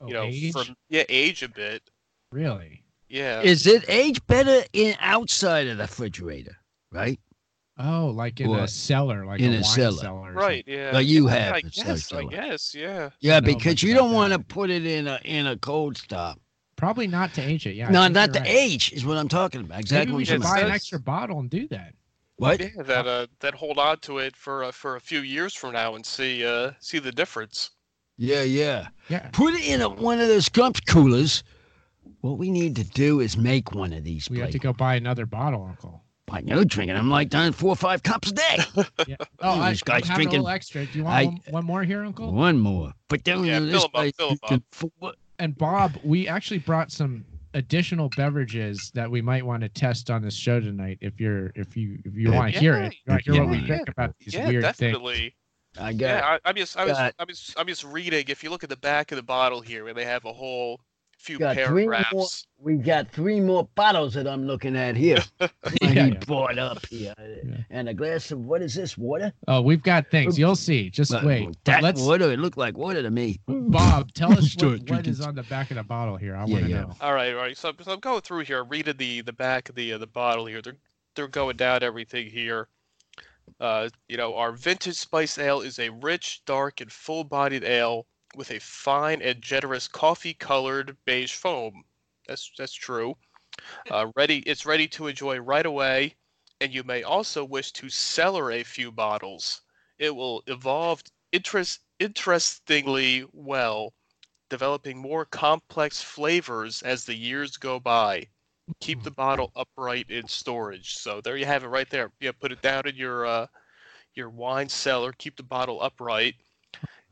Speaker 1: you
Speaker 2: Oh,
Speaker 1: know,
Speaker 3: age?
Speaker 1: from yeah, age a bit.
Speaker 3: Oh, Really?
Speaker 1: Yeah.
Speaker 2: Is it aged better in outside of the refrigerator, right?
Speaker 3: Oh, like in a
Speaker 2: Or
Speaker 3: cellar, like
Speaker 2: in a
Speaker 3: a, wine
Speaker 2: cellar.
Speaker 3: cellar.
Speaker 1: Right, yeah.
Speaker 2: Like you
Speaker 1: Yeah,
Speaker 2: have
Speaker 1: I
Speaker 2: in some
Speaker 1: guess, I
Speaker 2: cellar.
Speaker 1: guess, yeah.
Speaker 2: Yeah,
Speaker 3: know
Speaker 2: because
Speaker 3: much
Speaker 2: you
Speaker 3: about
Speaker 2: don't want to put it in a in a cold stop.
Speaker 3: Probably not to age it. Yeah. I
Speaker 2: no,
Speaker 3: think
Speaker 2: not
Speaker 3: you're
Speaker 2: the
Speaker 3: right.
Speaker 2: age is what I'm talking about. Exactly
Speaker 3: Maybe we
Speaker 2: what
Speaker 3: should
Speaker 2: you're
Speaker 3: buy an
Speaker 2: saying.
Speaker 3: extra bottle and do that.
Speaker 2: What?
Speaker 1: Yeah, that uh that hold on to it for uh, for a few years from now and see uh see the difference.
Speaker 3: Mm-hmm.
Speaker 2: Yeah, yeah.
Speaker 3: Yeah.
Speaker 2: Put it in a, one of those cup coolers. What we need to do is make one of these.
Speaker 3: We have
Speaker 2: Blake.
Speaker 3: to go buy another bottle, Uncle.
Speaker 2: I know drinking. I'm like done four or five cups a day.
Speaker 3: Yeah.
Speaker 2: Oh,
Speaker 3: I,
Speaker 2: this
Speaker 3: I'm
Speaker 2: guy's
Speaker 3: having
Speaker 2: drinking-
Speaker 3: a little extra. Do you
Speaker 2: I-
Speaker 3: want one, one more here, Uncle?
Speaker 2: One more. But then
Speaker 1: Yeah,
Speaker 2: this
Speaker 1: fill 'em up,
Speaker 2: guy's
Speaker 1: fill 'em
Speaker 2: drinking four-
Speaker 3: And Bob, we actually brought some additional beverages that we might want to test on this show tonight. If you're, if you, if you
Speaker 2: Yeah.
Speaker 3: want to hear it, you want to hear what we
Speaker 2: Yeah.
Speaker 3: think about these
Speaker 1: yeah,
Speaker 3: weird things.
Speaker 1: definitely.
Speaker 2: I
Speaker 1: Yeah,
Speaker 2: got.
Speaker 1: I, I'm just, I was,
Speaker 2: got-
Speaker 1: I'm just, I'm just reading. If you look at the back of the bottle here, where they have a whole few
Speaker 2: got three more,
Speaker 1: paragraphs.
Speaker 2: we got three more bottles that I'm looking at here. he
Speaker 3: Yeah, yeah.
Speaker 2: brought up here, and a glass of what is this water?
Speaker 3: Oh, we've got things. You'll see. Just
Speaker 2: Well,
Speaker 3: wait. But
Speaker 2: that
Speaker 3: let's,
Speaker 2: water. It looked like water to me.
Speaker 3: Bob, tell us
Speaker 2: Start
Speaker 3: what, what
Speaker 2: drinking.
Speaker 3: is on the back of the bottle here. I
Speaker 2: Yeah,
Speaker 3: want to
Speaker 2: yeah.
Speaker 3: know.
Speaker 1: All right, all right. So, so I'm going through here, reading the the back of the uh, the bottle here. They're they're going down everything here. Uh, you know, our vintage spice ale is a rich, dark, and full-bodied ale with a fine and generous coffee-colored beige foam. That's that's true. Uh, ready, it's ready to enjoy right away, and you may also wish to cellar a few bottles. It will evolve interest interestingly well developing more complex flavors as the years go by.
Speaker 2: Hmm.
Speaker 1: Keep the bottle upright in storage. So there you have it right there. Yeah, put it down in your uh, your wine cellar. Keep the bottle upright,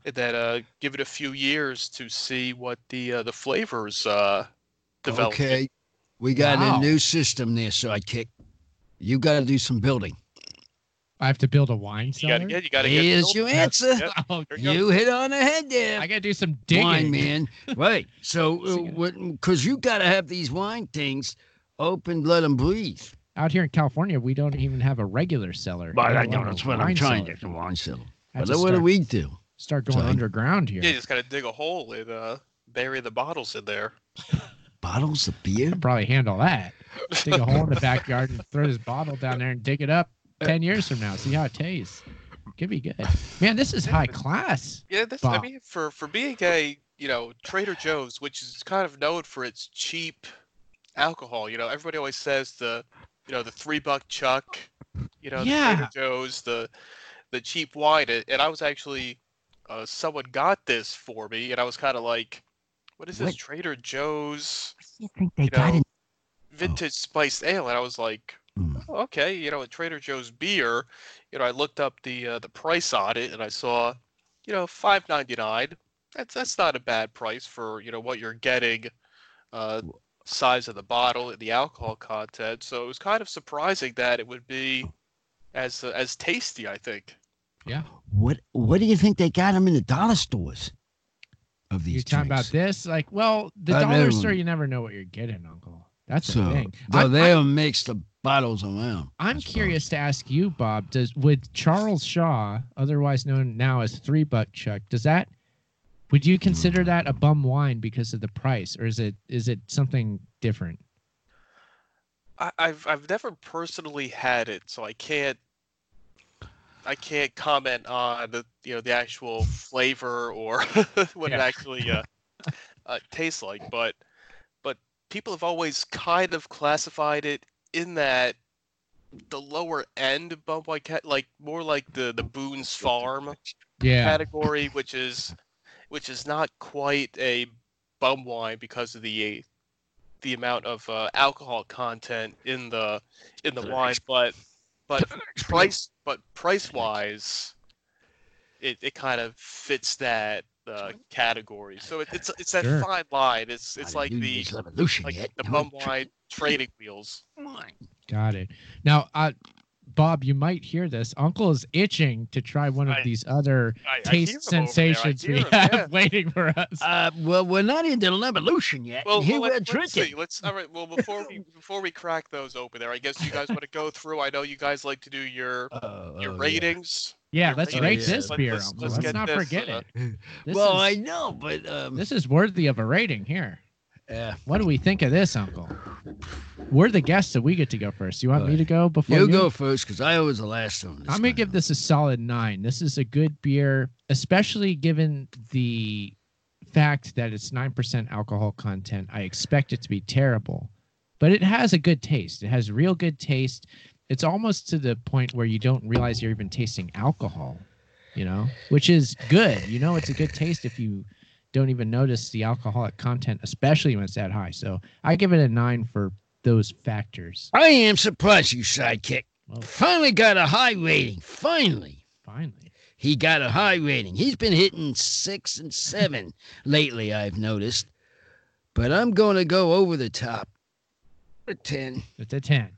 Speaker 1: and then uh, give it a few years to see what the uh, the flavors uh, develop.
Speaker 2: Okay, we got
Speaker 3: Wow.
Speaker 2: a new system there, sidekick. You got to do some building.
Speaker 3: I have to build a wine
Speaker 1: You gotta
Speaker 3: cellar.
Speaker 1: get. You gotta get.
Speaker 2: Here's your answer.
Speaker 1: Yep,
Speaker 3: Oh,
Speaker 1: there you go.
Speaker 2: You hit on the head there.
Speaker 3: I gotta do some digging.
Speaker 2: wine man. right.
Speaker 3: See
Speaker 2: So,
Speaker 3: ya.
Speaker 2: because you got to have these wine things open, let them breathe.
Speaker 3: Out here in California, we don't even have a regular cellar.
Speaker 2: But I
Speaker 3: let
Speaker 2: know
Speaker 3: alone a
Speaker 2: that's what
Speaker 3: wine
Speaker 2: I'm trying
Speaker 3: cellar.
Speaker 2: to do. Wine cellar.
Speaker 3: I have
Speaker 2: But
Speaker 3: to
Speaker 2: what do
Speaker 3: start-
Speaker 2: we do?
Speaker 3: Start going
Speaker 2: Sorry.
Speaker 3: underground here.
Speaker 1: Yeah, you just gotta dig a hole and uh, bury the bottles in there.
Speaker 2: Bottles of beer?
Speaker 3: can probably handle that. Dig a hole in the backyard and throw this bottle down there and dig it up ten years from now. See how it tastes. Could be good. Man, this is high class.
Speaker 1: Yeah, that's I
Speaker 3: Bob.
Speaker 1: mean for for being a you know Trader Joe's, which is kind of known for its cheap alcohol. You know, everybody always says the you know the three buck chuck. You know, the
Speaker 3: Yeah.
Speaker 1: Trader Joe's, the the cheap wine, and- and I was actually uh, someone got this for me, and I was kind of like, what is this
Speaker 2: What?
Speaker 1: Trader Joe's
Speaker 2: You think they
Speaker 1: You
Speaker 2: got
Speaker 1: know,
Speaker 2: it?
Speaker 1: vintage spiced ale? And I was like,
Speaker 2: Mm.
Speaker 1: "Oh, okay, you know, at Trader Joe's beer, you know, I looked up the uh, the price on it and I saw, you know, five ninety nine. That's that's not a bad price for you know what you're getting, uh, size of the bottle and the alcohol content. So it was kind of surprising that it would be as uh, as tasty. I think.
Speaker 3: Yeah.
Speaker 2: What What do you think they got them in the dollar stores? Of these
Speaker 3: You're talking about
Speaker 2: drinks?
Speaker 3: this? Like, well, the
Speaker 2: I
Speaker 3: dollar
Speaker 2: know.
Speaker 3: store, you never know what you're getting, Uncle. That's the
Speaker 2: So,
Speaker 3: thing.
Speaker 2: so
Speaker 3: I'm,
Speaker 2: they'll
Speaker 3: I'm-
Speaker 2: mix the bottles around.
Speaker 3: I'm
Speaker 2: I suppose.
Speaker 3: curious to ask you, Bob. Does would Charles Shaw, otherwise known now as Three Buck Chuck, does that? Would you
Speaker 2: Hmm.
Speaker 3: consider that a bum wine because of the price, or is it is it something different?
Speaker 1: I, I've I've never personally had it, so I can't I can't comment on the you know the actual flavor or what it
Speaker 3: Yeah.
Speaker 1: actually uh, uh, tastes like. But but people have always kind of classified it in that the lower end bump like ca- like more like the the Boone's Farm
Speaker 3: Yeah.
Speaker 1: category, which is which is not quite a bum wine because of the the amount of uh, alcohol content in the in the wine, but but price but price wise, it, it kind of fits that uh, category. So it, it's it's that
Speaker 3: Sure.
Speaker 1: fine line. It's it's like the
Speaker 2: Hallelujah's revolution
Speaker 1: like
Speaker 2: yet.
Speaker 1: the
Speaker 2: No,
Speaker 1: bum
Speaker 2: it's
Speaker 1: wine trading wheels.
Speaker 2: mine.
Speaker 3: Got it. Now, uh, Bob, you might hear this. Uncle is itching to try one of
Speaker 2: I-
Speaker 3: these other
Speaker 2: I- I hear 'em
Speaker 3: taste
Speaker 2: over there. I
Speaker 3: sensations we
Speaker 2: hear 'em,
Speaker 3: have
Speaker 2: yeah.
Speaker 3: waiting for us.
Speaker 2: Uh, well, we're not into revolution yet.
Speaker 1: Well,
Speaker 2: and here
Speaker 1: well,
Speaker 2: we're
Speaker 1: let, us see.
Speaker 2: drinking.
Speaker 1: Let's all right. Well, before we before we crack those open there, I guess you guys want to go through. I know you guys like to do your your
Speaker 2: oh, yeah.
Speaker 1: ratings.
Speaker 3: yeah,
Speaker 1: your
Speaker 3: let's
Speaker 1: ratings.
Speaker 3: rate this
Speaker 1: Let-
Speaker 3: beer.
Speaker 1: let's-
Speaker 3: Uncle.
Speaker 1: let's
Speaker 3: Let's,
Speaker 1: get
Speaker 3: not
Speaker 1: this,
Speaker 3: forget
Speaker 1: uh,
Speaker 3: it. This
Speaker 2: well,
Speaker 3: is-
Speaker 2: I know, but um,
Speaker 3: This is worthy of a rating here.
Speaker 2: Yeah.
Speaker 3: What do we think of this, Uncle? We're the guests, so we get to go first. You want me to go before
Speaker 2: you go first because I was the last one.
Speaker 3: I'm gonna give this a solid nine. This is a good beer, especially given the fact that it's nine percent alcohol content. I expect it to be terrible, but it has a good taste. It has real good taste. It's almost to the point where you don't realize you're even tasting alcohol, you know, which is good. You know, it's a good taste if you don't even notice the alcoholic content, especially when it's that high. So I give it a nine for those factors.
Speaker 2: I am surprised you sidekick finally got a high rating. Finally,
Speaker 3: Finally,
Speaker 2: he got a high rating. He's been hitting six and seven lately. I've noticed, but I'm going to go over the top. A ten.
Speaker 3: it's a 10.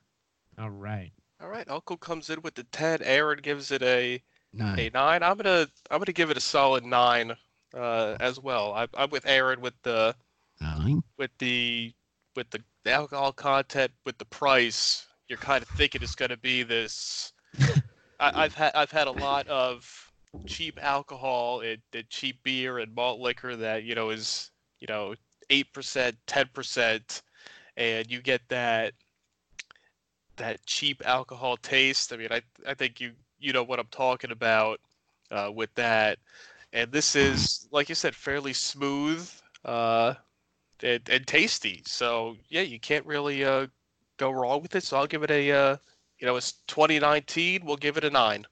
Speaker 3: All right.
Speaker 1: All right, Uncle comes in with the ten. Aaron gives it a
Speaker 2: Nine.
Speaker 1: a nine. I'm gonna I'm gonna give it a solid nine uh, as well. I, I'm with Aaron with the
Speaker 2: Nine.
Speaker 1: with the with the alcohol content with the price. You're kind of thinking it's gonna be this. I, I've had I've had a lot of cheap alcohol and, and cheap beer and malt liquor that you know is you know eight percent, ten percent, and you get that that cheap alcohol taste. I mean, I I think you you know what I'm talking about uh, with that. And this is, like you said, fairly smooth uh, and, and tasty. So yeah, you can't really uh, go wrong with it. So I'll give it a uh, you know it's 2019. We'll give it a nine.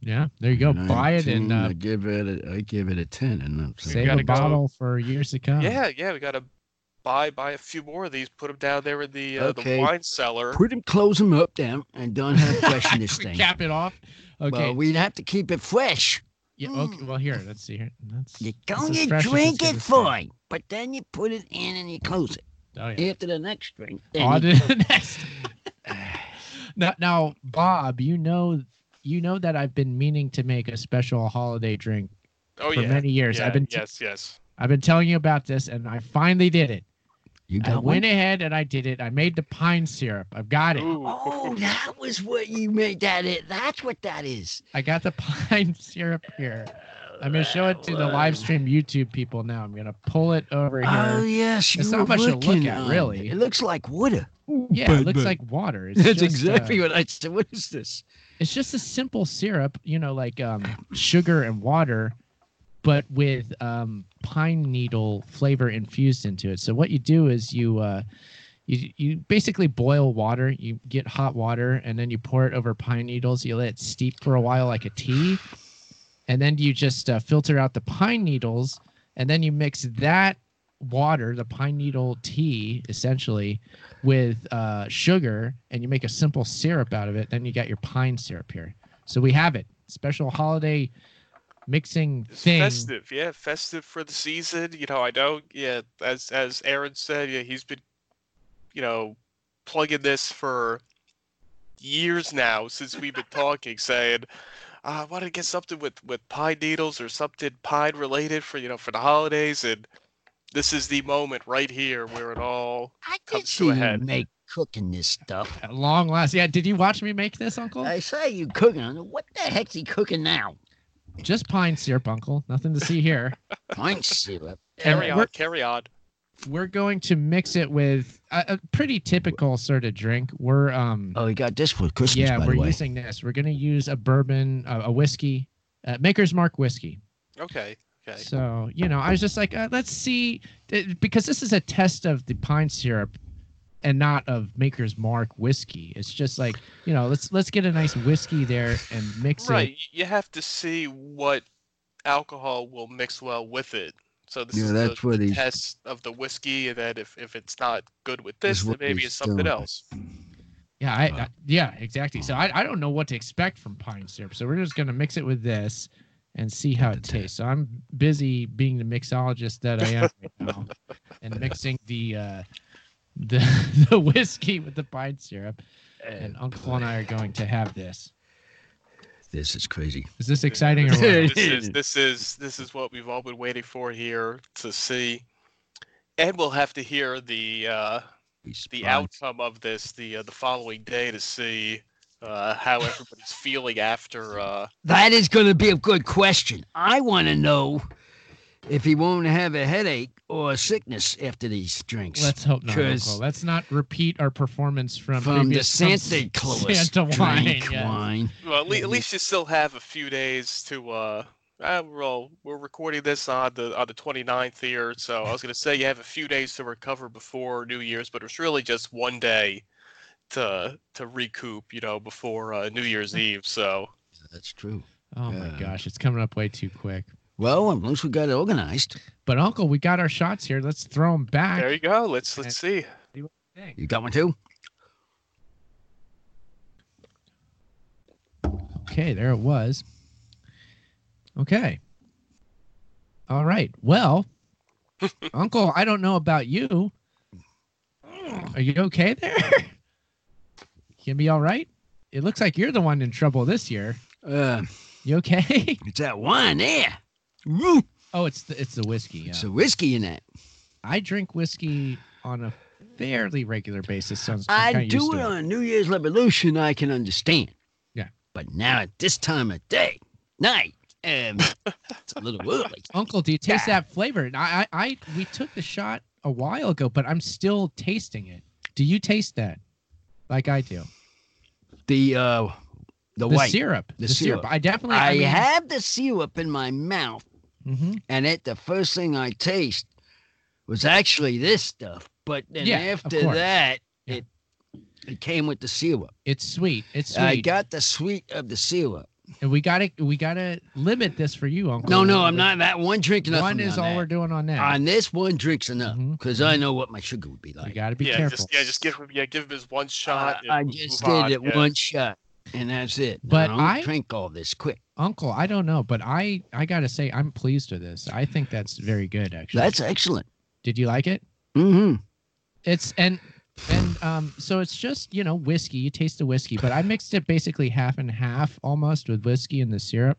Speaker 3: Yeah, there you go. Buy it and
Speaker 2: 19,
Speaker 3: uh,
Speaker 2: I give it. A, I give it a ten, and I'm
Speaker 3: save
Speaker 1: gotta
Speaker 3: a
Speaker 1: go.
Speaker 3: bottle for years to come.
Speaker 1: Yeah, yeah, we gotta buy buy a few more of these. Put them down there in the uh,
Speaker 2: Okay.
Speaker 1: the wine cellar.
Speaker 2: put him, close him up, down, and don't have to question this
Speaker 3: We
Speaker 2: thing.
Speaker 3: cap it off. Okay.
Speaker 2: Well, we'd have to keep it fresh.
Speaker 3: yeah, okay. Well, here, let's see here. That's,
Speaker 2: You're
Speaker 3: that's
Speaker 2: going
Speaker 3: as
Speaker 2: to
Speaker 3: fresh as
Speaker 2: drink
Speaker 3: it's
Speaker 2: it
Speaker 3: gonna
Speaker 2: fine, but then you put it in and you close it.
Speaker 3: stay. Oh, yeah.
Speaker 2: After the next drink, then
Speaker 3: On
Speaker 2: you-
Speaker 3: to the next. now, now, Bob, you know, you know that I've been meaning to make a special holiday drink.
Speaker 1: oh
Speaker 3: for
Speaker 1: yeah,
Speaker 3: many years, I've
Speaker 1: yeah,
Speaker 3: been t-
Speaker 1: yes, yes.
Speaker 3: I've been telling you about this, and I finally did it.
Speaker 2: you
Speaker 3: I
Speaker 2: got
Speaker 3: went
Speaker 2: one.
Speaker 3: ahead and I did it. I made the pine syrup. I've got it.
Speaker 1: Ooh.
Speaker 2: Oh, that was what you made that it. That's what that is.
Speaker 3: I got the pine syrup here. I'm gonna show it to the live stream YouTube people now. I'm gonna pull it over here.
Speaker 2: Oh yes, you
Speaker 3: It's
Speaker 2: were
Speaker 3: not much to look
Speaker 2: working
Speaker 3: at,
Speaker 2: on
Speaker 3: really.
Speaker 2: It It looks like water.
Speaker 3: Yeah, it looks like water. It's
Speaker 2: That's
Speaker 3: just,
Speaker 2: exactly
Speaker 3: uh,
Speaker 2: what I said. What is this?
Speaker 3: it's just a simple syrup, you know, like um, sugar and water, but with um, pine needle flavor infused into it. So what you do is you uh, you you basically boil water. You get hot water, and then you pour it over pine needles. You let it steep for a while, like a tea, and then you just uh, filter out the pine needles, and then you mix that water, the pine needle tea, essentially, with uh, sugar and you make a simple syrup out of it. Then you got your pine syrup here. So we have it. Special holiday mixing
Speaker 1: It's
Speaker 3: thing.
Speaker 1: festive, yeah, festive for the season. You know, I know, yeah, as as Aaron said, yeah, he's been, you know, plugging this for years now since we've been talking, saying, "Ah, I want to get something with with pine needles or something pine related for you know for the holidays, and this is the moment right here where it all.
Speaker 2: I did
Speaker 1: comes
Speaker 2: see
Speaker 1: to a
Speaker 2: you
Speaker 1: head.
Speaker 2: make cooking this stuff.
Speaker 3: At long last. Yeah. Did you watch me make this, Uncle?
Speaker 2: I saw you cooking. I said, What the heck's he cooking now?
Speaker 3: Just pine syrup, Uncle. Nothing to see here.
Speaker 2: Pine syrup.
Speaker 1: Carry on,
Speaker 3: we're-
Speaker 1: carry on.
Speaker 3: We're going to mix it with a, a pretty typical sort of drink. We're um.
Speaker 2: Oh, you got this for Christmas,
Speaker 3: yeah,
Speaker 2: by
Speaker 3: we're
Speaker 2: the way.
Speaker 3: using this. We're gonna use a bourbon, uh, a whiskey, uh, Maker's Mark whiskey.
Speaker 1: Okay, okay.
Speaker 3: So, you know, I was just like, uh, let's see, th- because this is a test of the pine syrup and not of Maker's Mark whiskey. It's just like, you know, let's let's get a nice whiskey there and mix
Speaker 1: Right,
Speaker 3: it.
Speaker 1: y- you have to see what alcohol will mix well with it. So this
Speaker 2: Yeah,
Speaker 1: is
Speaker 2: that's
Speaker 1: the,
Speaker 2: what
Speaker 1: the
Speaker 2: he's-
Speaker 1: test of the whiskey, and then if, if it's not good with
Speaker 2: That's
Speaker 1: this, then
Speaker 2: what
Speaker 1: maybe
Speaker 2: he's
Speaker 1: it's something
Speaker 2: doing.
Speaker 1: else.
Speaker 3: Yeah, I, I- yeah, exactly. So I, I don't know what to expect from pine syrup. So we're just gonna mix it with this and see how it tastes. So I'm busy being the mixologist that I am right now and mixing the uh, the the whiskey with the pine syrup. and Uncle and I are going to have this.
Speaker 2: This is crazy.
Speaker 3: Is this exciting or what?
Speaker 1: this is this is this is what we've all been waiting for here to see, and we'll have to hear the uh, the outcome of this the uh, the following day to see uh, how everybody's feeling after. Uh,
Speaker 2: That is going to be a good question. I want to know if he won't have a headache or a sickness after these drinks.
Speaker 3: Let's hope not.
Speaker 2: 'Cause
Speaker 3: Uncle. Let's not repeat our performance from
Speaker 2: From the
Speaker 3: previous- from
Speaker 2: Santa Claus
Speaker 3: Santa wine.
Speaker 2: drink
Speaker 3: yes.
Speaker 2: wine.
Speaker 1: well, at, le-
Speaker 2: Mm-hmm.
Speaker 1: at least you still have a few days to. Uh, uh, we're all, we're recording this on the on the 29th here, so I was going to say you have a few days to recover before New Year's, but it's really just one day to to recoup, you know, before uh, New Year's
Speaker 2: Mm-hmm.
Speaker 1: Eve. So
Speaker 2: that's true.
Speaker 3: Oh my gosh, it's coming up way too quick.
Speaker 2: Well, at least we got it organized.
Speaker 3: But Uncle, we got our shots here. Let's throw them back.
Speaker 1: There you go. Let's let's see.
Speaker 2: You got one too?
Speaker 3: Okay, there it was. Okay. All right. Well, Uncle, I don't know about you. Are you okay there? Can be all right? It looks like you're the one in trouble this year.
Speaker 2: Uh,
Speaker 3: you okay?
Speaker 2: It's that wine there.
Speaker 3: Oh, it's the it's the whiskey. Yeah.
Speaker 2: It's a whiskey in that.
Speaker 3: I drink whiskey on a fairly regular basis. So I'm
Speaker 2: I
Speaker 3: kinda used
Speaker 2: do
Speaker 3: to
Speaker 2: it on New Year's Revolution. I can understand.
Speaker 3: Yeah.
Speaker 2: But now at this time of day, night, um, it's a little early.
Speaker 3: Uncle, do you taste that flavor? And I, I, I, we took the shot a while ago, but I'm still tasting it. Do you taste that? Like I do.
Speaker 2: The uh, the,
Speaker 3: The,
Speaker 2: white
Speaker 3: syrup.
Speaker 2: the
Speaker 3: The, syrup.
Speaker 2: syrup.
Speaker 3: I definitely.
Speaker 2: I,
Speaker 3: mean,
Speaker 2: have the syrup in my mouth,
Speaker 3: mhm.
Speaker 2: and it the first thing I taste was actually this stuff. But then
Speaker 3: Yeah, of
Speaker 2: after
Speaker 3: course.
Speaker 2: that,
Speaker 3: Yeah.
Speaker 2: it it came with the syrup.
Speaker 3: It's sweet. It's sweet.
Speaker 2: I got the sweet of the syrup.
Speaker 3: and we gotta, we gotta limit this for you, Uncle.
Speaker 2: No, no, I'm not that one drink. Nothing
Speaker 3: One is
Speaker 2: on
Speaker 3: all
Speaker 2: that.
Speaker 3: we're doing on that.
Speaker 2: On this one drink's enough
Speaker 3: Mhm.
Speaker 2: because I know what my sugar would be
Speaker 3: you
Speaker 2: like.
Speaker 3: gotta be
Speaker 1: yeah,
Speaker 3: careful.
Speaker 1: just yeah, just give him yeah, give him his one
Speaker 2: I,
Speaker 1: shot. and
Speaker 2: I
Speaker 1: move
Speaker 2: just
Speaker 1: on,
Speaker 2: did it
Speaker 1: yeah.
Speaker 2: one shot, and that's it. Now,
Speaker 3: But
Speaker 2: don't
Speaker 3: I-
Speaker 2: drink all this quick.
Speaker 3: Uncle, I don't know, but I, I gotta say, I'm pleased with this. I think that's very good, actually.
Speaker 2: That's excellent.
Speaker 3: Did you like it?
Speaker 2: Mm-hmm.
Speaker 3: It's and and um so it's just you know whiskey. You taste the whiskey, but I mixed it basically half and half almost with whiskey and the syrup.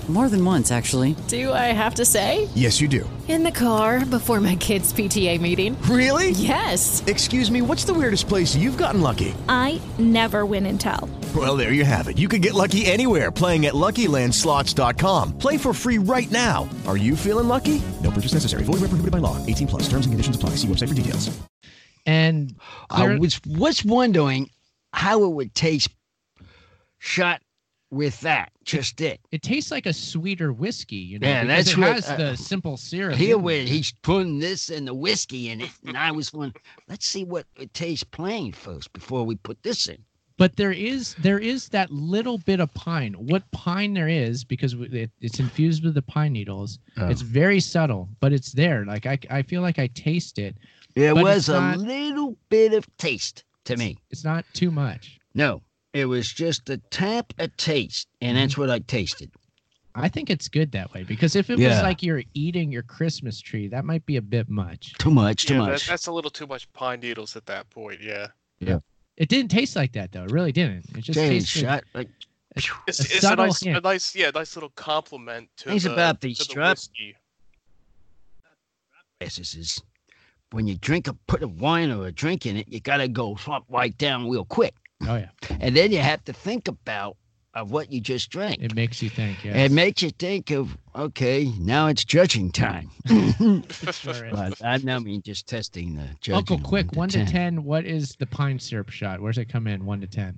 Speaker 5: More than once, actually.
Speaker 6: Do I have to say?
Speaker 7: Yes, you do.
Speaker 6: In the car before my kids' PTA meeting.
Speaker 7: Really?
Speaker 6: Yes.
Speaker 7: Excuse me, what's the weirdest place you've gotten lucky?
Speaker 8: I never win and tell.
Speaker 7: Well, there you have it. You can get lucky anywhere playing at LuckyLandSlots.com. Play for free right now. Are you feeling lucky? No purchase necessary. Void where prohibited by law. 18 plus. Terms and conditions apply. See website for details.
Speaker 3: And
Speaker 2: I
Speaker 3: there-
Speaker 2: was was wondering how it would taste shot with that. Just it.
Speaker 3: it tastes like a sweeter whiskey, you know.
Speaker 2: Yeah,
Speaker 3: because
Speaker 2: that's
Speaker 3: it
Speaker 2: what-
Speaker 3: has
Speaker 2: uh,
Speaker 3: the simple syrup.
Speaker 2: Here
Speaker 3: in it.
Speaker 2: where he's putting this and the whiskey in it, and I was wondering, let's see what it tastes plain first before we put this in.
Speaker 3: but there is there is that little bit of pine. What pine there is because it, it's infused with the pine needles.
Speaker 2: Oh.
Speaker 3: It's very subtle, but it's there. Like I, I feel like I taste it.
Speaker 2: There
Speaker 3: But it's
Speaker 2: was a
Speaker 3: not-
Speaker 2: little bit of taste to me.
Speaker 3: It's not too much.
Speaker 2: No, it was just a tap of taste, and that's
Speaker 3: Mm-hmm.
Speaker 2: what I tasted.
Speaker 3: I think it's good that way because if it
Speaker 2: Yeah.
Speaker 3: was like you're eating your Christmas tree, that might be a bit much.
Speaker 2: Too much, too
Speaker 1: Yeah, that,
Speaker 2: much.
Speaker 1: that's a little too much pine needles at that point. Yeah,
Speaker 3: It didn't taste like that though. It really didn't. It just
Speaker 2: Damn,
Speaker 3: tasted.
Speaker 2: shot. Like,
Speaker 1: it's,
Speaker 3: A
Speaker 1: it's a
Speaker 3: subtle
Speaker 1: nice, a
Speaker 3: hint.
Speaker 1: nice, yeah, nice little compliment to.
Speaker 2: Things
Speaker 1: the,
Speaker 2: about these
Speaker 1: to the
Speaker 2: straps.
Speaker 1: whiskey.
Speaker 2: glasses is when you drink a put a wine or a drink in it, you gotta go flop right down real quick.
Speaker 3: Oh yeah.
Speaker 2: And then you have to think about of what you just drank.
Speaker 3: It makes you think. Yes.
Speaker 2: It makes you think of okay, now it's judging time.
Speaker 3: Sure is.
Speaker 2: but I know, I mean, just testing the judging.
Speaker 3: Uncle Quick, one to 10.
Speaker 2: 10.
Speaker 3: What is the pine syrup shot? Where's it come in? One to ten.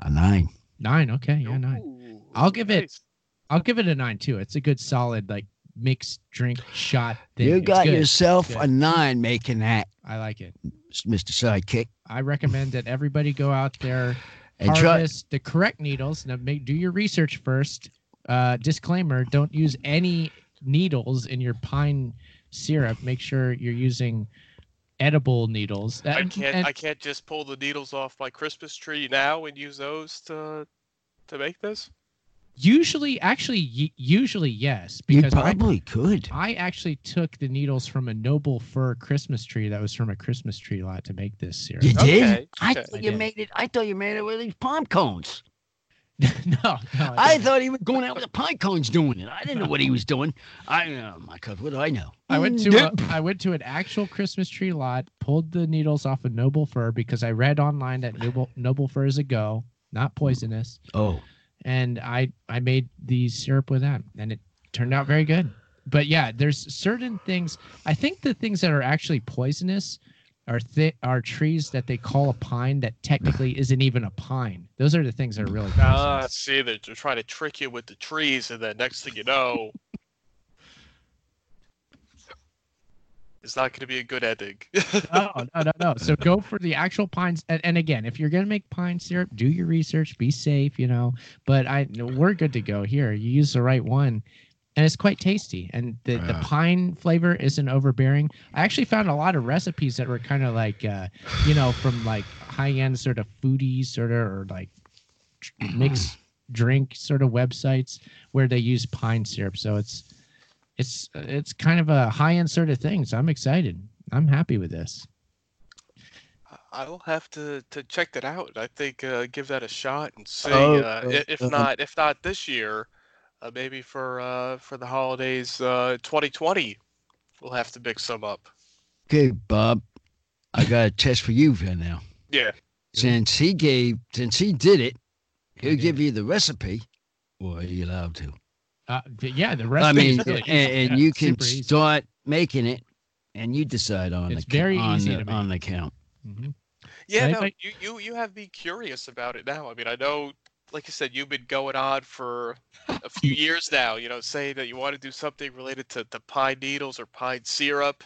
Speaker 2: A nine.
Speaker 3: Nine. Okay, yeah, nine. I'll give it. I'll give it a nine too. It's a good solid like mixed drink shot thing.
Speaker 2: You
Speaker 3: It's
Speaker 2: got
Speaker 3: good.
Speaker 2: yourself
Speaker 3: It's
Speaker 2: a
Speaker 3: good.
Speaker 2: nine making that,
Speaker 3: I like it.
Speaker 2: Mr. Sidekick.
Speaker 3: I recommend that everybody go out there,
Speaker 2: And try-
Speaker 3: harvest the correct needles. Now, make do your research first. Uh, disclaimer: Don't use any needles in your pine syrup. Make sure you're using edible needles.
Speaker 1: I
Speaker 3: And-
Speaker 1: can't.
Speaker 3: and-
Speaker 1: I can't just pull the needles off my Christmas tree now and use those to to make this.
Speaker 3: Usually, actually, y- usually yes,
Speaker 2: You
Speaker 3: because I,
Speaker 2: probably could.
Speaker 3: I actually took the needles from a noble fir Christmas tree that was from a Christmas tree lot to make this syrup.
Speaker 2: You did? I
Speaker 3: I
Speaker 2: thought you
Speaker 3: did.
Speaker 2: made it. I thought you made it with these palm cones.
Speaker 3: no, no,
Speaker 2: I thought he was going out with the pine cones doing it. I didn't know what he was doing. I oh my god, what do I know? Mm,
Speaker 3: I went to uh, a, I went to an actual Christmas tree lot, pulled the needles off a noble fir because I read online that noble noble fir is a go, not poisonous,
Speaker 2: Oh,
Speaker 3: and I I made the syrup with that, and it turned out very good. But yeah, there's certain things. I think the things that are actually poisonous are thi- are trees that they call a pine that technically isn't even a pine. Those are the things that are really poisonous.
Speaker 1: Ah, see, they're, they're trying to trick you with the trees, and then next thing you know, it's not going to be a good ending.
Speaker 3: no, no, no, no. So go for the actual pines. And, and again, if you're gonna make pine syrup, do your research. Be safe, you know. But I, we're good to go here. You use the right one, and it's quite tasty. And the, the
Speaker 2: Yeah.
Speaker 3: pine flavor isn't overbearing. I actually found a lot of recipes that were kind of like, uh, you know, from like high end sort of foodie sort of or like tr- mixed drink sort of websites where they use pine syrup. So it's it's it's kind of a high end sort of thing. So I'm excited. I'm happy with this.
Speaker 1: I will have to, to check that out. I think uh, give that a shot and see.
Speaker 2: Oh,
Speaker 1: uh, i-
Speaker 2: uh,
Speaker 1: if
Speaker 2: uh,
Speaker 1: not, if not this year, uh, maybe for uh, for the holidays, uh, 2020, we'll have to mix some up.
Speaker 2: okay, Bob. I got a test for you right now.
Speaker 1: Yeah.
Speaker 2: Since he gave, since he did it, he'll give you the recipe. Well, are you allowed to?
Speaker 3: Uh, th- yeah, the rest.
Speaker 2: I mean,
Speaker 3: is really
Speaker 2: and, and
Speaker 3: yeah,
Speaker 2: you can
Speaker 3: super easy.
Speaker 2: start making it, and you decide on
Speaker 3: It's
Speaker 2: the ca-
Speaker 3: very
Speaker 2: on
Speaker 3: easy
Speaker 2: the,
Speaker 3: to make.
Speaker 2: on the count.
Speaker 3: Mhm.
Speaker 1: Yeah,
Speaker 3: Right,
Speaker 1: no,
Speaker 3: like-
Speaker 1: you, you you have me curious about it now. I mean, I know, like you said, you've been going on for a few years now. You know, saying that you want to do something related to, to pine needles or pine syrup.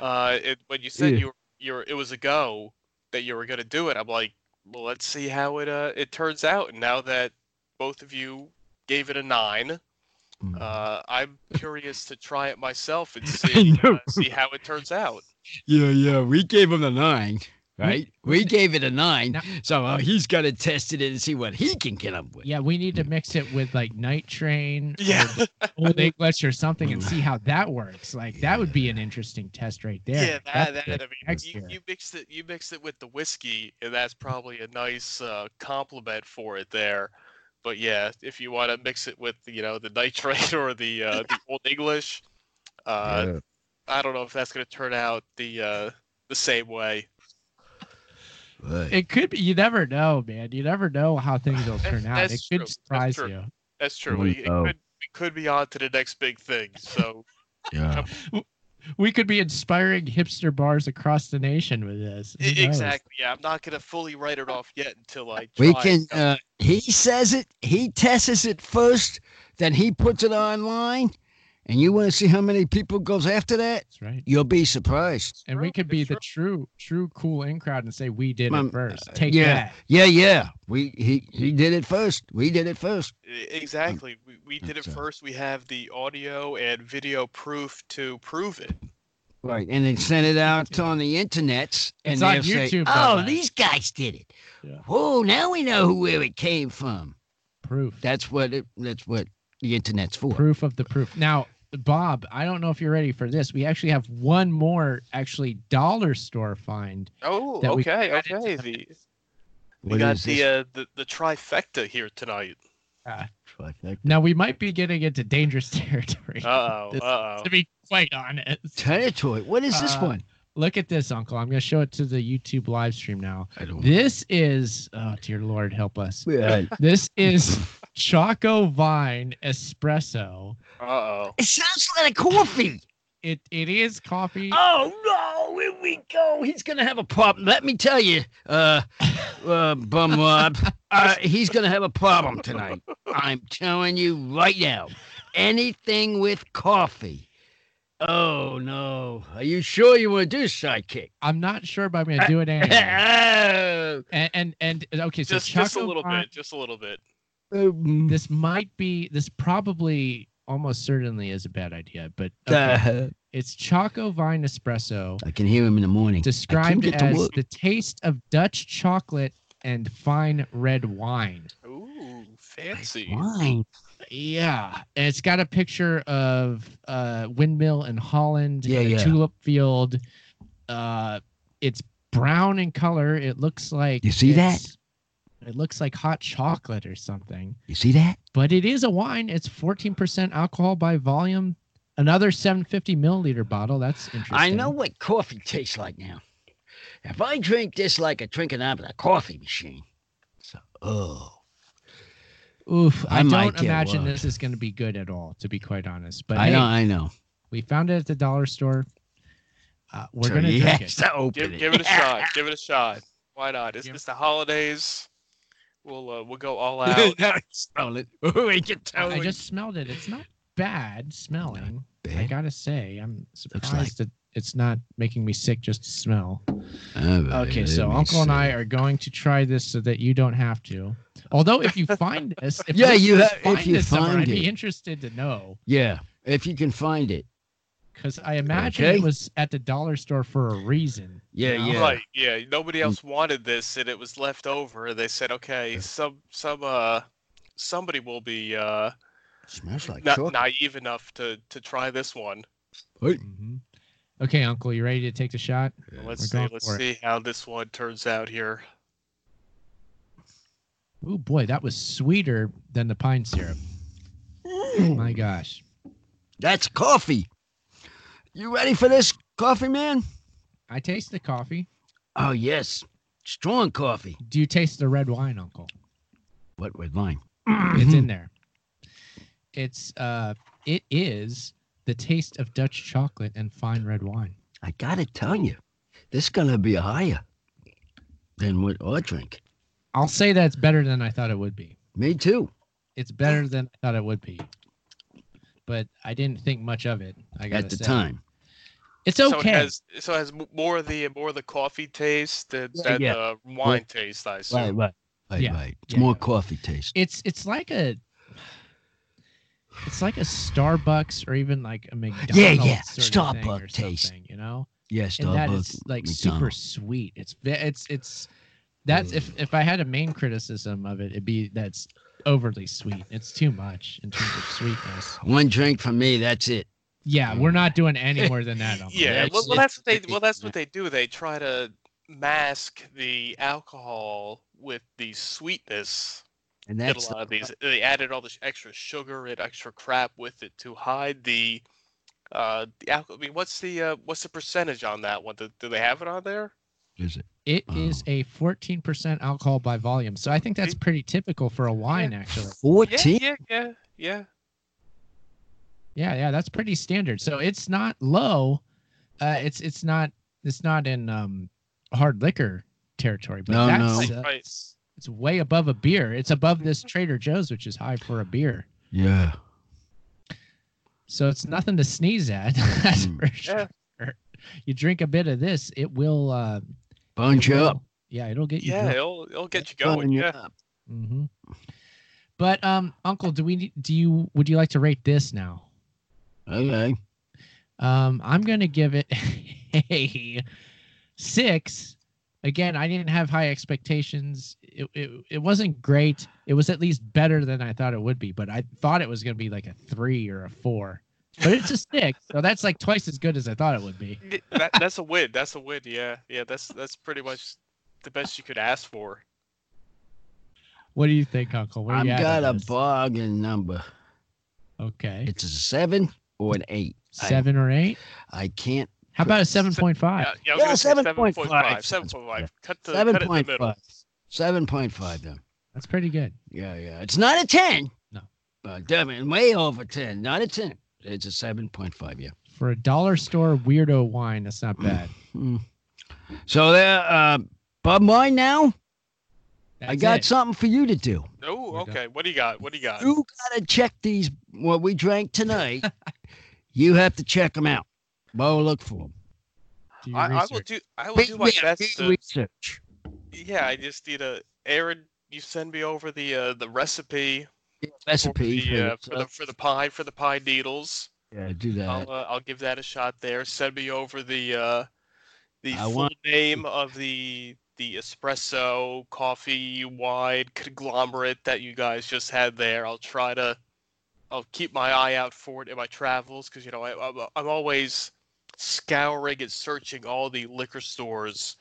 Speaker 1: Uh, it, when you said
Speaker 2: Yeah.
Speaker 1: you were, you were, it was a go that you were going to do it. I'm like, well, let's see how it uh it turns out. And now that both of you gave it a nine,
Speaker 2: Mm.
Speaker 1: uh, I'm curious to try it myself and see uh,
Speaker 2: know.
Speaker 1: see how it turns out.
Speaker 2: Yeah, yeah. We gave him a nine, right? We gave it a nine.
Speaker 3: Now-
Speaker 2: So uh, he's got to test it and see what he can get up with. Mm.
Speaker 3: Yeah, we need to mix it with like Night Train, or
Speaker 1: Yeah.
Speaker 3: Old English, or something,
Speaker 2: Mm.
Speaker 3: and see how that works. Like that would be an interesting test right there.
Speaker 1: Yeah, that, that,
Speaker 3: That's
Speaker 1: I
Speaker 3: good.
Speaker 1: mean,
Speaker 3: Next
Speaker 1: you,
Speaker 3: year.
Speaker 1: you mixed it you mixed it with the whiskey, and that's probably a nice uh, compliment for it there. But yeah, if you want to mix it with you know the nitrate or the uh, the old English, uh, I don't know if that's going to turn out the uh, the same way.
Speaker 3: it could be. You never know, man. You never know how things will turn out.
Speaker 1: that's
Speaker 3: It
Speaker 1: true.
Speaker 3: could
Speaker 1: That's
Speaker 3: surprise
Speaker 1: true.
Speaker 3: you.
Speaker 1: That's true.
Speaker 2: We
Speaker 1: We, it
Speaker 2: know.
Speaker 1: could, we could be on to the next big thing. So
Speaker 2: Yeah.
Speaker 3: We could be inspiring hipster bars across the nation with this. Who
Speaker 1: I-
Speaker 3: knows?
Speaker 1: E, exactly, yeah, I'm not going to fully write it off yet until I try.
Speaker 2: We
Speaker 1: it.
Speaker 2: can. Uh, he says it. He tests it first. Then he puts it online, and you want to see how many people goes after that?
Speaker 3: That's right.
Speaker 2: You'll be surprised.
Speaker 3: And we could be the true, true cool in crowd and say we did
Speaker 2: Um,
Speaker 3: it first. Take
Speaker 2: yeah,
Speaker 3: that.
Speaker 2: yeah, yeah. We he he did it first. We did it first.
Speaker 1: E- Exactly. We, we did it
Speaker 2: so-
Speaker 1: first. We have the audio and video proof to prove it.
Speaker 2: Right, and then send it out on the internets, and
Speaker 3: on
Speaker 2: they'll say,
Speaker 3: YouTube, by the
Speaker 2: "Oh,
Speaker 3: way."
Speaker 2: these guys did it.
Speaker 3: Yeah.
Speaker 2: Whoa, now we know who, where it came from."
Speaker 3: Proof.
Speaker 2: That's what it, that's what the internet's for.
Speaker 3: proof of the proof. Now, Bob, I don't know if you're ready for this. We actually have one more actually dollar store find.
Speaker 1: Oh,
Speaker 3: That we
Speaker 1: okay, okay. The, we
Speaker 2: What
Speaker 1: got
Speaker 2: is
Speaker 1: the,
Speaker 2: this?
Speaker 1: uh, the the trifecta here tonight.
Speaker 3: Yeah. Now we might be getting into dangerous territory.
Speaker 1: Uh-oh,
Speaker 3: This-
Speaker 1: uh-oh.
Speaker 3: To be quite honest. Uh,
Speaker 2: Territory. What is this one?
Speaker 3: Look at this, Uncle. I'm going to show it to the YouTube live stream now. This is, oh dear Lord, help us.
Speaker 2: Yeah.
Speaker 3: This is Choco Vine Espresso.
Speaker 1: Uh oh.
Speaker 2: It sounds like coffee.
Speaker 3: It it is coffee.
Speaker 2: Oh no! Here we go. He's gonna have a problem. Let me tell you, uh, uh bum Rob, uh, he's gonna have a problem tonight. I'm telling you right now. Anything with coffee. Oh no! Are you sure you want to do sidekick? Uh,
Speaker 3: I'm not sure, but I'm going to do it anyway.
Speaker 2: Oh,
Speaker 3: And and, and okay, so
Speaker 1: just, just a
Speaker 3: Choco
Speaker 1: little
Speaker 3: Vine-
Speaker 1: bit. Just a little bit.
Speaker 2: Um,
Speaker 3: this might be this probably almost certainly is a bad idea but okay.
Speaker 2: Uh.
Speaker 3: it's choco vine espresso
Speaker 2: I can hear him in the morning.
Speaker 3: described
Speaker 2: get to
Speaker 3: as
Speaker 2: work.
Speaker 3: the taste of dutch chocolate and fine red wine
Speaker 1: Ooh, fancy.
Speaker 2: Wine.
Speaker 3: yeah and it's got a picture of uh windmill in holland
Speaker 2: Yeah,
Speaker 3: and a
Speaker 2: yeah.
Speaker 3: tulip field uh it's brown in color it looks like
Speaker 2: You see that?
Speaker 3: it's- it looks like hot chocolate or something
Speaker 2: You see that?
Speaker 3: but it is a wine. It's 14% alcohol by volume. Another 750 milliliter bottle. That's interesting.
Speaker 2: I know what coffee tastes like now. If I drink this like a drinking out of a coffee machine, so oh,
Speaker 3: Oof. I,
Speaker 2: I might
Speaker 3: don't
Speaker 2: get
Speaker 3: imagine
Speaker 2: one.
Speaker 3: this is going to be good at all, to be quite honest. But
Speaker 2: I
Speaker 3: hey,
Speaker 2: know, I know.
Speaker 3: we found it at the dollar store. Uh, we're
Speaker 2: So
Speaker 3: going to
Speaker 2: he
Speaker 3: drink
Speaker 2: has
Speaker 3: it.
Speaker 2: to open
Speaker 1: Give,
Speaker 2: it.
Speaker 1: give it a shot. Give it a shot. Why not? It's, it's the holidays. We'll uh, we'll go all out.
Speaker 2: now I smell it. Oh, I can tell.
Speaker 3: I
Speaker 2: it.
Speaker 3: just smelled it. It's not bad smelling. I
Speaker 2: bad.
Speaker 3: got to say, I'm
Speaker 2: like-
Speaker 3: surprised that it's not making me sick just to smell.
Speaker 2: All right,
Speaker 3: Okay,
Speaker 2: let
Speaker 3: so
Speaker 2: me
Speaker 3: Uncle and
Speaker 2: see.
Speaker 3: I are going to try this so that you don't have to. Although, if you find this, if
Speaker 2: Yeah, you
Speaker 3: listeners
Speaker 2: ha- if you
Speaker 3: this somewhere, I'd
Speaker 2: find
Speaker 3: be
Speaker 2: it.
Speaker 3: interested to know
Speaker 2: Yeah, if you can find it.
Speaker 3: because I imagine
Speaker 2: Okay.
Speaker 3: it was at the dollar store for a reason.
Speaker 2: Yeah, yeah.
Speaker 1: Right. Yeah. Nobody
Speaker 3: Mm.
Speaker 1: else wanted this, and it was left over. They said, okay, some some uh somebody will be uh
Speaker 2: Smells like
Speaker 1: na-
Speaker 2: chocolate.
Speaker 1: naive enough to to try this one.
Speaker 3: Mhm. Okay, Uncle, you ready to take the shot?
Speaker 1: Let's
Speaker 3: we're
Speaker 1: see.
Speaker 3: going for
Speaker 1: Let's
Speaker 3: it.
Speaker 1: see how this one turns out here.
Speaker 3: Oh boy, that was sweeter than the pine syrup.
Speaker 2: Mm.
Speaker 3: My gosh,
Speaker 2: That's coffee. You ready for this coffee, man?
Speaker 3: I taste the coffee.
Speaker 2: Oh yes, strong coffee.
Speaker 3: Do you taste the red wine, Uncle?
Speaker 2: What with mine? Mm-hmm.
Speaker 3: It's in there. It's uh, it is the taste of Dutch chocolate and fine red wine.
Speaker 2: I gotta tell you, this gonna be higher than what I drink.
Speaker 3: I'll say that's better than I thought it would be.
Speaker 2: Me too.
Speaker 3: It's
Speaker 1: Mm.
Speaker 3: better than I thought it would be. But I didn't think much of it. I got
Speaker 2: At the time.
Speaker 3: It's
Speaker 1: So it
Speaker 3: okay.
Speaker 1: has so it has m- more of the more of the coffee taste than, than
Speaker 2: yeah.
Speaker 1: the wine taste. I assume.
Speaker 2: Right, right, right,
Speaker 3: Yeah,
Speaker 2: right. It's
Speaker 3: yeah.
Speaker 2: more coffee taste.
Speaker 3: it's it's like a it's like a Starbucks or even like a McDonald's.
Speaker 2: yeah,
Speaker 3: sort of thing or
Speaker 2: Starbucks taste.
Speaker 3: something, You know?
Speaker 2: Yes,
Speaker 3: and that
Speaker 2: Starbucks,
Speaker 3: is like super
Speaker 2: McDonald's.
Speaker 3: sweet. It's ve- it's it's that's if if I had a main criticism of it, it'd be that's overly sweet. It's too much in terms of sweetness.
Speaker 2: One drink for me. That's it.
Speaker 3: Yeah, we're not doing any more than that. Uncle.
Speaker 1: Yeah,
Speaker 2: That's-
Speaker 1: well, well, that's what they
Speaker 2: it-
Speaker 1: well that's what they do. They try to mask the alcohol with the sweetness.
Speaker 2: And
Speaker 1: Did a
Speaker 2: that's
Speaker 1: lot of these. They added all this extra sugar and extra crap with it to hide the uh the alcohol. I mean, what's the uh, what's the percentage on that one? Do, do they have it on there?
Speaker 2: is it?
Speaker 3: It is a 14% alcohol by volume. So I think that's
Speaker 1: See?
Speaker 3: pretty typical for a wine, actually.
Speaker 1: Yeah,
Speaker 2: Fourteen.
Speaker 1: yeah, yeah, yeah.
Speaker 3: Yeah, yeah, that's pretty standard. So it's not low. Uh, it's it's not it's not in um, hard liquor territory, but
Speaker 2: No,
Speaker 3: that's
Speaker 2: no.
Speaker 3: uh,
Speaker 1: Right.
Speaker 3: it's way above a beer. It's above this Trader Joe's, which is high for a beer.
Speaker 2: Yeah.
Speaker 3: So it's nothing to sneeze at. that's
Speaker 2: Mm.
Speaker 3: for sure. You drink a bit of this, it will. Uh,
Speaker 2: Bone
Speaker 3: it
Speaker 2: you up.
Speaker 3: will- Yeah, it'll get you.
Speaker 1: Yeah,
Speaker 3: drunk.
Speaker 1: it'll it'll get you going.
Speaker 2: Bone you
Speaker 1: Yeah.
Speaker 2: up.
Speaker 3: Mm-hmm. But um, Uncle, do we need- do you would you like to rate this now?
Speaker 2: Okay.
Speaker 3: Um, I'm gonna give it a six. Again, I didn't have high expectations. It, it it wasn't great. It was at least better than I thought it would be, but I thought it was gonna be like a three or a four. But it's a six, so that's like twice as good as I thought it would be.
Speaker 1: Th- That, that's a win. That's a win. Yeah, yeah. That's that's pretty much the best you could ask for.
Speaker 3: What do you think, Uncle? Where
Speaker 2: I've
Speaker 3: you at
Speaker 2: got
Speaker 3: on
Speaker 2: a
Speaker 3: this?
Speaker 2: bargain number.
Speaker 3: Okay.
Speaker 2: It's a seven or an eight. I-
Speaker 3: seven or eight.
Speaker 2: I can't.
Speaker 3: How about a seven point five?
Speaker 1: Yeah, I was
Speaker 2: Yeah,
Speaker 1: gonna say
Speaker 2: 7.5.
Speaker 1: 7.5. 7.5. Cut the
Speaker 2: Seven
Speaker 1: cut it in the
Speaker 2: point
Speaker 1: middle.
Speaker 2: five. Seven point five. Then.
Speaker 3: That's pretty good.
Speaker 2: Yeah, yeah. It's not a ten.
Speaker 3: No.
Speaker 2: But definitely way over ten. Not a ten. It's a seven point five. Yeah.
Speaker 3: For a dollar store weirdo wine, that's not bad.
Speaker 2: Mm-hmm. So there, uh, Bob Mine now. I
Speaker 3: That's
Speaker 2: got
Speaker 3: it.
Speaker 2: something for you to do.
Speaker 1: Oh, okay. What do you got? What do you got?
Speaker 2: You gotta check these what we drank tonight. you have to check them out. Bo, look for them.
Speaker 3: Do your
Speaker 1: I, I will
Speaker 3: research.
Speaker 1: do. I will do my best. To,
Speaker 2: research.
Speaker 1: yeah, I just need a. Aaron, you send me over the uh, the recipe
Speaker 2: Recipe.
Speaker 1: for the, uh, for, the
Speaker 2: yourself.
Speaker 1: for the pie for the pie needles.
Speaker 2: yeah, do that.
Speaker 1: I'll uh, I'll give that a shot there. Send me over the uh, the
Speaker 2: I
Speaker 1: full
Speaker 2: want-
Speaker 1: name of the the espresso coffee wine conglomerate that you guys just had there. I'll try to I'll keep my eye out for it in my travels because you know I, I'm I'm always scouring and searching all the liquor stores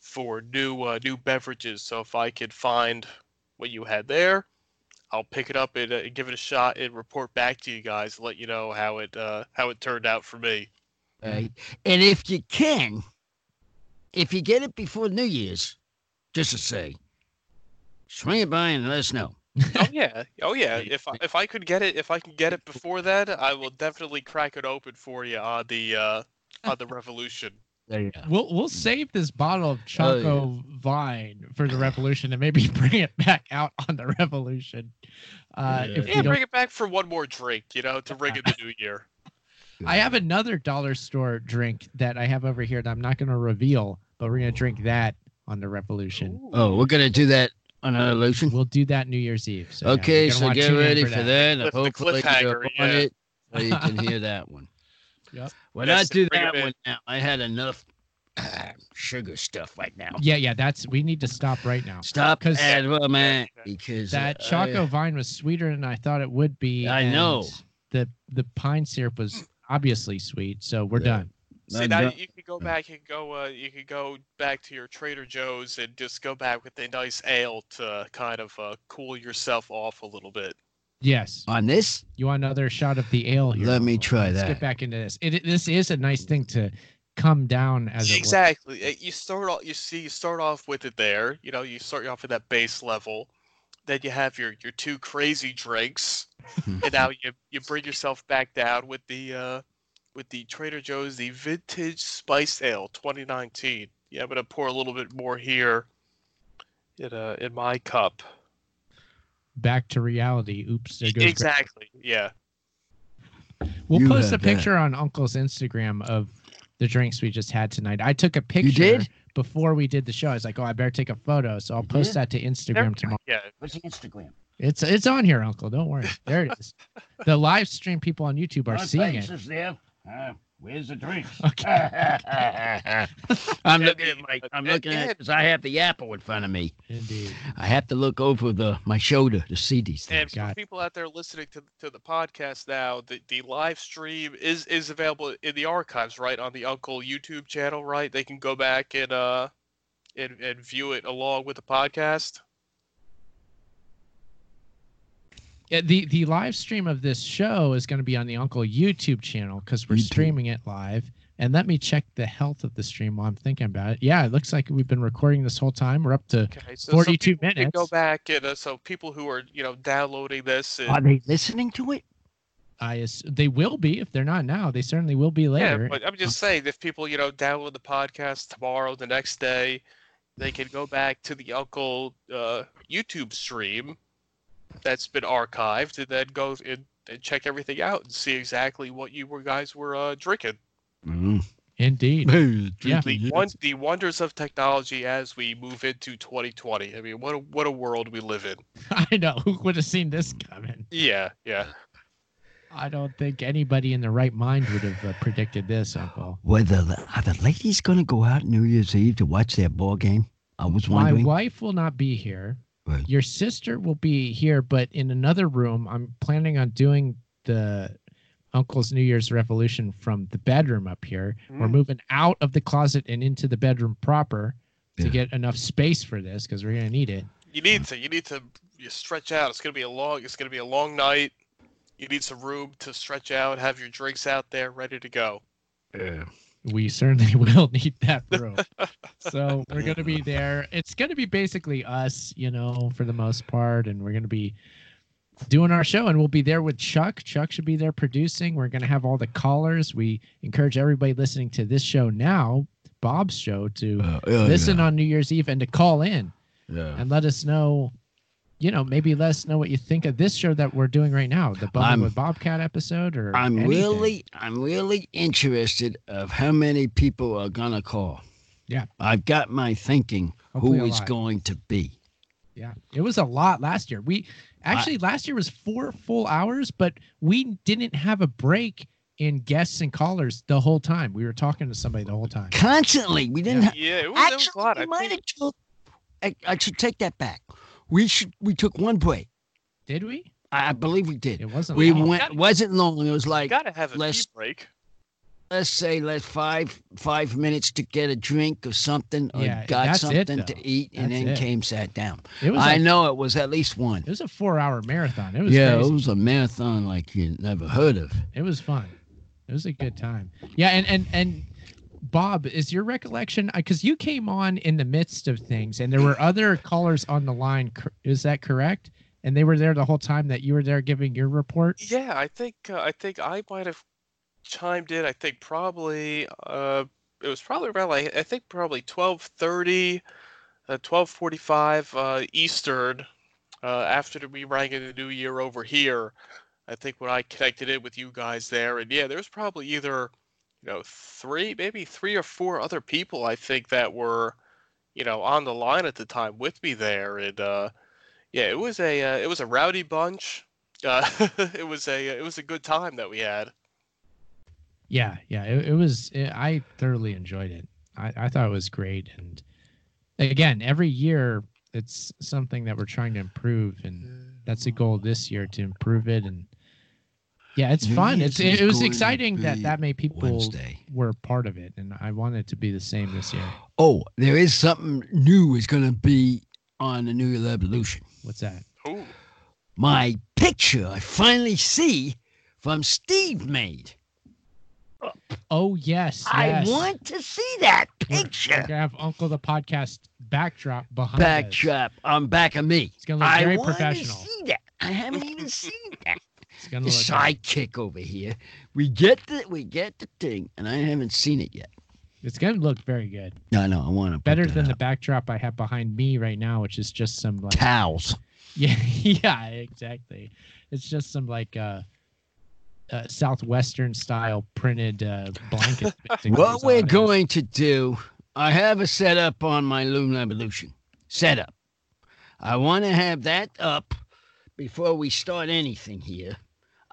Speaker 1: for new uh, new beverages. So if I could find what you had there, I'll pick it up and uh, give it a shot and report back to you guys. Let you know how it uh, how it turned out for me.
Speaker 2: right? And if you can, if you get it before New Year's, just to say, swing it by and let us know.
Speaker 1: oh yeah, oh yeah. If I, if I could get it, if I can get it before then, I will definitely crack it open for you on the uh, on the revolution.
Speaker 2: There you go.
Speaker 3: We'll we'll save this bottle
Speaker 2: Oh,
Speaker 3: of Choco Vine for the revolution and maybe bring it back out on the revolution. Uh, if we
Speaker 1: Yeah,
Speaker 3: don't-
Speaker 1: bring it back for one more drink, you know, to ring in the new year.
Speaker 3: I have another dollar store drink that I have over here that I'm not going to reveal, but we're going to drink that on the revolution.
Speaker 2: Oh, we're gonna do that on an illusion.
Speaker 3: We'll do that New Year's Eve. So yeah,
Speaker 2: okay,
Speaker 3: you're gonna
Speaker 2: so
Speaker 3: wanna
Speaker 2: get
Speaker 3: tune in
Speaker 2: ready for that. and
Speaker 1: Cliff- the
Speaker 2: Hopefully, you're
Speaker 1: cliffhanger,
Speaker 2: up on
Speaker 1: yeah.
Speaker 2: it so you can hear that one.
Speaker 3: Yep.
Speaker 2: When
Speaker 1: Yes,
Speaker 2: I do
Speaker 1: bring it
Speaker 2: that
Speaker 1: in.
Speaker 2: one now, I had enough sugar stuff right now.
Speaker 3: Yeah, yeah, that's we need to stop right now.
Speaker 2: Stop,
Speaker 3: 'Cause-
Speaker 2: and well, man, because
Speaker 3: That
Speaker 2: uh,
Speaker 3: Choco Vine was sweeter than I thought it would be.
Speaker 2: I
Speaker 3: and
Speaker 2: know.
Speaker 3: The the pine syrup was obviously sweet, so we're
Speaker 2: Yeah.
Speaker 3: done.
Speaker 1: See,
Speaker 2: I'm
Speaker 1: now
Speaker 2: done.
Speaker 1: you could go back and go. Uh, you could go back to your Trader Joe's and just go back with a nice ale to kind of uh, cool yourself off a little bit.
Speaker 3: Yes.
Speaker 2: on this.
Speaker 3: You want another shot of the ale here?
Speaker 2: Let me
Speaker 3: Uncle?
Speaker 2: try
Speaker 3: Let's
Speaker 2: that.
Speaker 3: get back into this. It, it- this is a nice thing to come down as it were.
Speaker 1: exactly. Uh, You start off. You see. You start off with it there. You know. You start off at that base level. Then you have your your two crazy drinks, and now you you bring yourself back down with the uh, with the Trader Joe's the vintage spice ale 2019. Yeah, I'm gonna pour a little bit more here. In uh, in my cup.
Speaker 3: Back to reality. Oops. There goes Greg.
Speaker 1: Exactly. Yeah.
Speaker 3: We'll
Speaker 2: You
Speaker 3: post a
Speaker 2: have that.
Speaker 3: picture on Uncle's Instagram of the drinks we just had tonight. I took a picture
Speaker 2: did?
Speaker 3: before we did the show. I was like, oh, I better take a photo. So I'll
Speaker 2: did?
Speaker 3: post that to Instagram tomorrow.
Speaker 1: Yeah.
Speaker 2: What's the Instagram?
Speaker 3: It's it's on here, Uncle. Don't worry. There it is. the live stream people on YouTube are
Speaker 2: Oh,
Speaker 3: seeing
Speaker 2: thanks,
Speaker 3: it.
Speaker 2: is there. Uh, where's the drinks?
Speaker 3: Okay.
Speaker 2: I'm looking at my. I'm
Speaker 1: Yeah,
Speaker 2: looking at
Speaker 1: yeah.
Speaker 2: because I have the apple in front of me.
Speaker 3: Indeed.
Speaker 2: I have to look over the my shoulder to see these
Speaker 1: And
Speaker 2: things.
Speaker 1: for
Speaker 3: Oh God.
Speaker 1: people out there listening to, to the podcast now, the, the live stream is, is available in the archives, right, on the Uncle YouTube channel, right? They can go back and uh and, and view it along with the podcast.
Speaker 3: Yeah, the the live stream of this show is going to be on the Uncle YouTube channel because we're
Speaker 2: YouTube.
Speaker 3: streaming it live. And let me check the health of the stream while I'm thinking about it. Yeah, it looks like we've been recording this whole time. We're up to
Speaker 1: Okay, so
Speaker 3: 42
Speaker 1: people Can go
Speaker 3: minutes.
Speaker 1: back and uh, so people who are you know downloading this and
Speaker 2: Are they listening to it?
Speaker 3: I ass- they will be if they're not now. They certainly will be later.
Speaker 1: Yeah, but uh, I'm
Speaker 3: Um,
Speaker 1: just saying, if people, you know, download the podcast tomorrow, the next day, they can go back to the Uncle uh, YouTube stream that's been archived, and then go and, and check everything out and see exactly what you were guys were uh, drinking.
Speaker 3: Indeed.
Speaker 2: Hey,
Speaker 3: Yeah.
Speaker 1: The one, the wonders of technology as we move into 2020. I mean, what a what a world we live in.
Speaker 3: I know. Who would have seen this coming?
Speaker 1: Yeah, yeah.
Speaker 3: I don't think anybody in their right mind would have uh, predicted this, Uncle.
Speaker 2: Whether the, are the ladies going to go out New Year's Eve to watch their ball game? I was
Speaker 3: My
Speaker 2: wondering.
Speaker 3: wife will not be here.
Speaker 2: Right.
Speaker 3: Your sister will be here, but in another room. I'm planning on doing the Uncle's New Year's Revolution from the bedroom up here. We're moving out of the closet and into the bedroom proper to
Speaker 2: Yeah.
Speaker 3: get enough space for this because we're going to need it.
Speaker 1: You need to you need to you stretch out. It's gonna be a long. It's gonna be a long night. You need some room to stretch out. Have your drinks out there, ready to go.
Speaker 3: Yeah. We certainly will need that room. so we're gonna be there. It's gonna be basically us, you know, for the most part, and we're gonna be doing our show and we'll be there with Chuck. Chuck should be there producing. We're going to have all the callers. We encourage everybody listening to this show now, Bob's show, to
Speaker 2: Oh,
Speaker 9: Uh, yeah,
Speaker 3: listen
Speaker 9: yeah.
Speaker 3: on New Year's Eve and to call in
Speaker 9: Yeah.
Speaker 3: and let us know, you know, maybe let us know what you think of this show that we're doing right now, the Bubbling
Speaker 2: I'm-
Speaker 3: with Bobcat episode or
Speaker 2: I'm
Speaker 3: anything.
Speaker 2: really, I'm really interested of how many people are gonna call.
Speaker 3: Yeah.
Speaker 2: I've got my thinking
Speaker 3: Hopefully a
Speaker 2: who it's
Speaker 3: lot.
Speaker 2: going to be.
Speaker 3: Yeah, it was a lot last year. We actually last year was four full hours, but we didn't have a break in guests and callers the whole time. We were talking to somebody the whole time.
Speaker 2: Constantly, we didn't. ha-
Speaker 1: Yeah, it
Speaker 2: was, actually, a lot. I, might have took, I, I should take that back. We should. We took one break.
Speaker 3: Did we?
Speaker 2: I, I believe we did. It
Speaker 3: wasn't.
Speaker 2: We
Speaker 1: long.
Speaker 2: went. It wasn't long. It was like
Speaker 1: gotta have a
Speaker 2: less
Speaker 1: pee break.
Speaker 2: let's say let five five minutes to get a drink or something or
Speaker 3: Yeah,
Speaker 2: got
Speaker 3: that's it,
Speaker 2: something
Speaker 3: though.
Speaker 2: to eat and
Speaker 3: That's
Speaker 2: then
Speaker 3: it.
Speaker 2: came sat down
Speaker 3: It was
Speaker 2: i
Speaker 3: like-
Speaker 2: know it was at least one
Speaker 3: It was a four-hour marathon. It was
Speaker 2: yeah
Speaker 3: crazy.
Speaker 2: it was a marathon like you never heard of
Speaker 3: It was fun. It was a good time. Yeah, and and and Bob, is your recollection because you came on in the midst of things, and there were other callers on the line. cor- Is that correct? And they were there the whole time that you were there giving your report.
Speaker 1: Yeah, I think uh, I think I might have chimed in. I think probably uh, it was probably around like I think probably 12:30, uh, 12:45 uh, Eastern uh, after the- we rang in the new year over here. I think when I connected in with you guys there, and yeah, there was probably either you know three, maybe three or four other people I think that were you know on the line at the time with me there, and uh, yeah, it was a uh, it was a rowdy bunch. Uh, it was a it was a good time that we had.
Speaker 3: Yeah, yeah, it, it was. It, I thoroughly enjoyed it. I, I thought it was great, and again, every year it's something that we're trying to improve, and that's the goal this year to improve it. And yeah, it's
Speaker 2: New
Speaker 3: fun.
Speaker 2: Year's
Speaker 3: It's it,
Speaker 2: is
Speaker 3: it was
Speaker 2: going to
Speaker 3: exciting that
Speaker 2: be
Speaker 3: that many people
Speaker 2: Wednesday.
Speaker 3: were part of it, and I want it to be the same this year.
Speaker 2: oh there is something new is going to be on the new year revolution
Speaker 3: what's that
Speaker 1: Ooh.
Speaker 2: my picture i finally see from steve made
Speaker 3: Oh yes,
Speaker 2: i
Speaker 3: yes.
Speaker 2: want to see that
Speaker 3: We're-
Speaker 2: picture
Speaker 3: We're gonna have Uncle the podcast backdrop behind. us.
Speaker 2: backdrop on back of me
Speaker 3: It's gonna look
Speaker 2: I
Speaker 3: very
Speaker 2: wanna
Speaker 3: professional.
Speaker 2: see that i haven't even seen that
Speaker 3: gonna
Speaker 2: the
Speaker 3: look nice.
Speaker 2: sidekick over here. We get the we get the thing, and I haven't seen it yet.
Speaker 3: It's gonna look very good.
Speaker 2: No, no, I want to
Speaker 3: Better than the backdrop I have behind me right now, which is just some like
Speaker 2: towels.
Speaker 3: Yeah, yeah, exactly. It's just some like uh, uh southwestern style printed uh blanket. that
Speaker 2: What
Speaker 3: goes
Speaker 2: we're
Speaker 3: on it.
Speaker 2: going to do, I have a setup on my Loom Evolution setup. I want to have that up before we start anything here.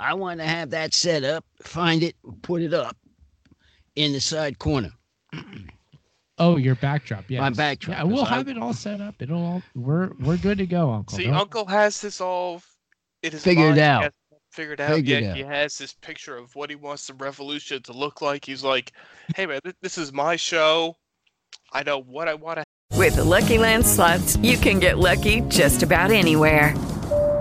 Speaker 2: I want to have that set up, find it, put it up in the side corner.
Speaker 3: Oh, your backdrop. Yeah.
Speaker 2: backdrop
Speaker 3: Yeah,
Speaker 2: is
Speaker 3: we'll
Speaker 2: I-
Speaker 3: have it all set up. It'll all we're we're good to go, Uncle.
Speaker 1: See,
Speaker 3: Don't-
Speaker 1: Uncle has this all it is
Speaker 3: Figured out.
Speaker 1: Figured out.
Speaker 3: Figured
Speaker 1: yeah, he
Speaker 3: out.
Speaker 1: has this picture of what he wants the revolution to look like. He's like, "Hey man, th- this is my show. I know what I want to."
Speaker 4: With the Lucky Land slots, you can get lucky just about anywhere.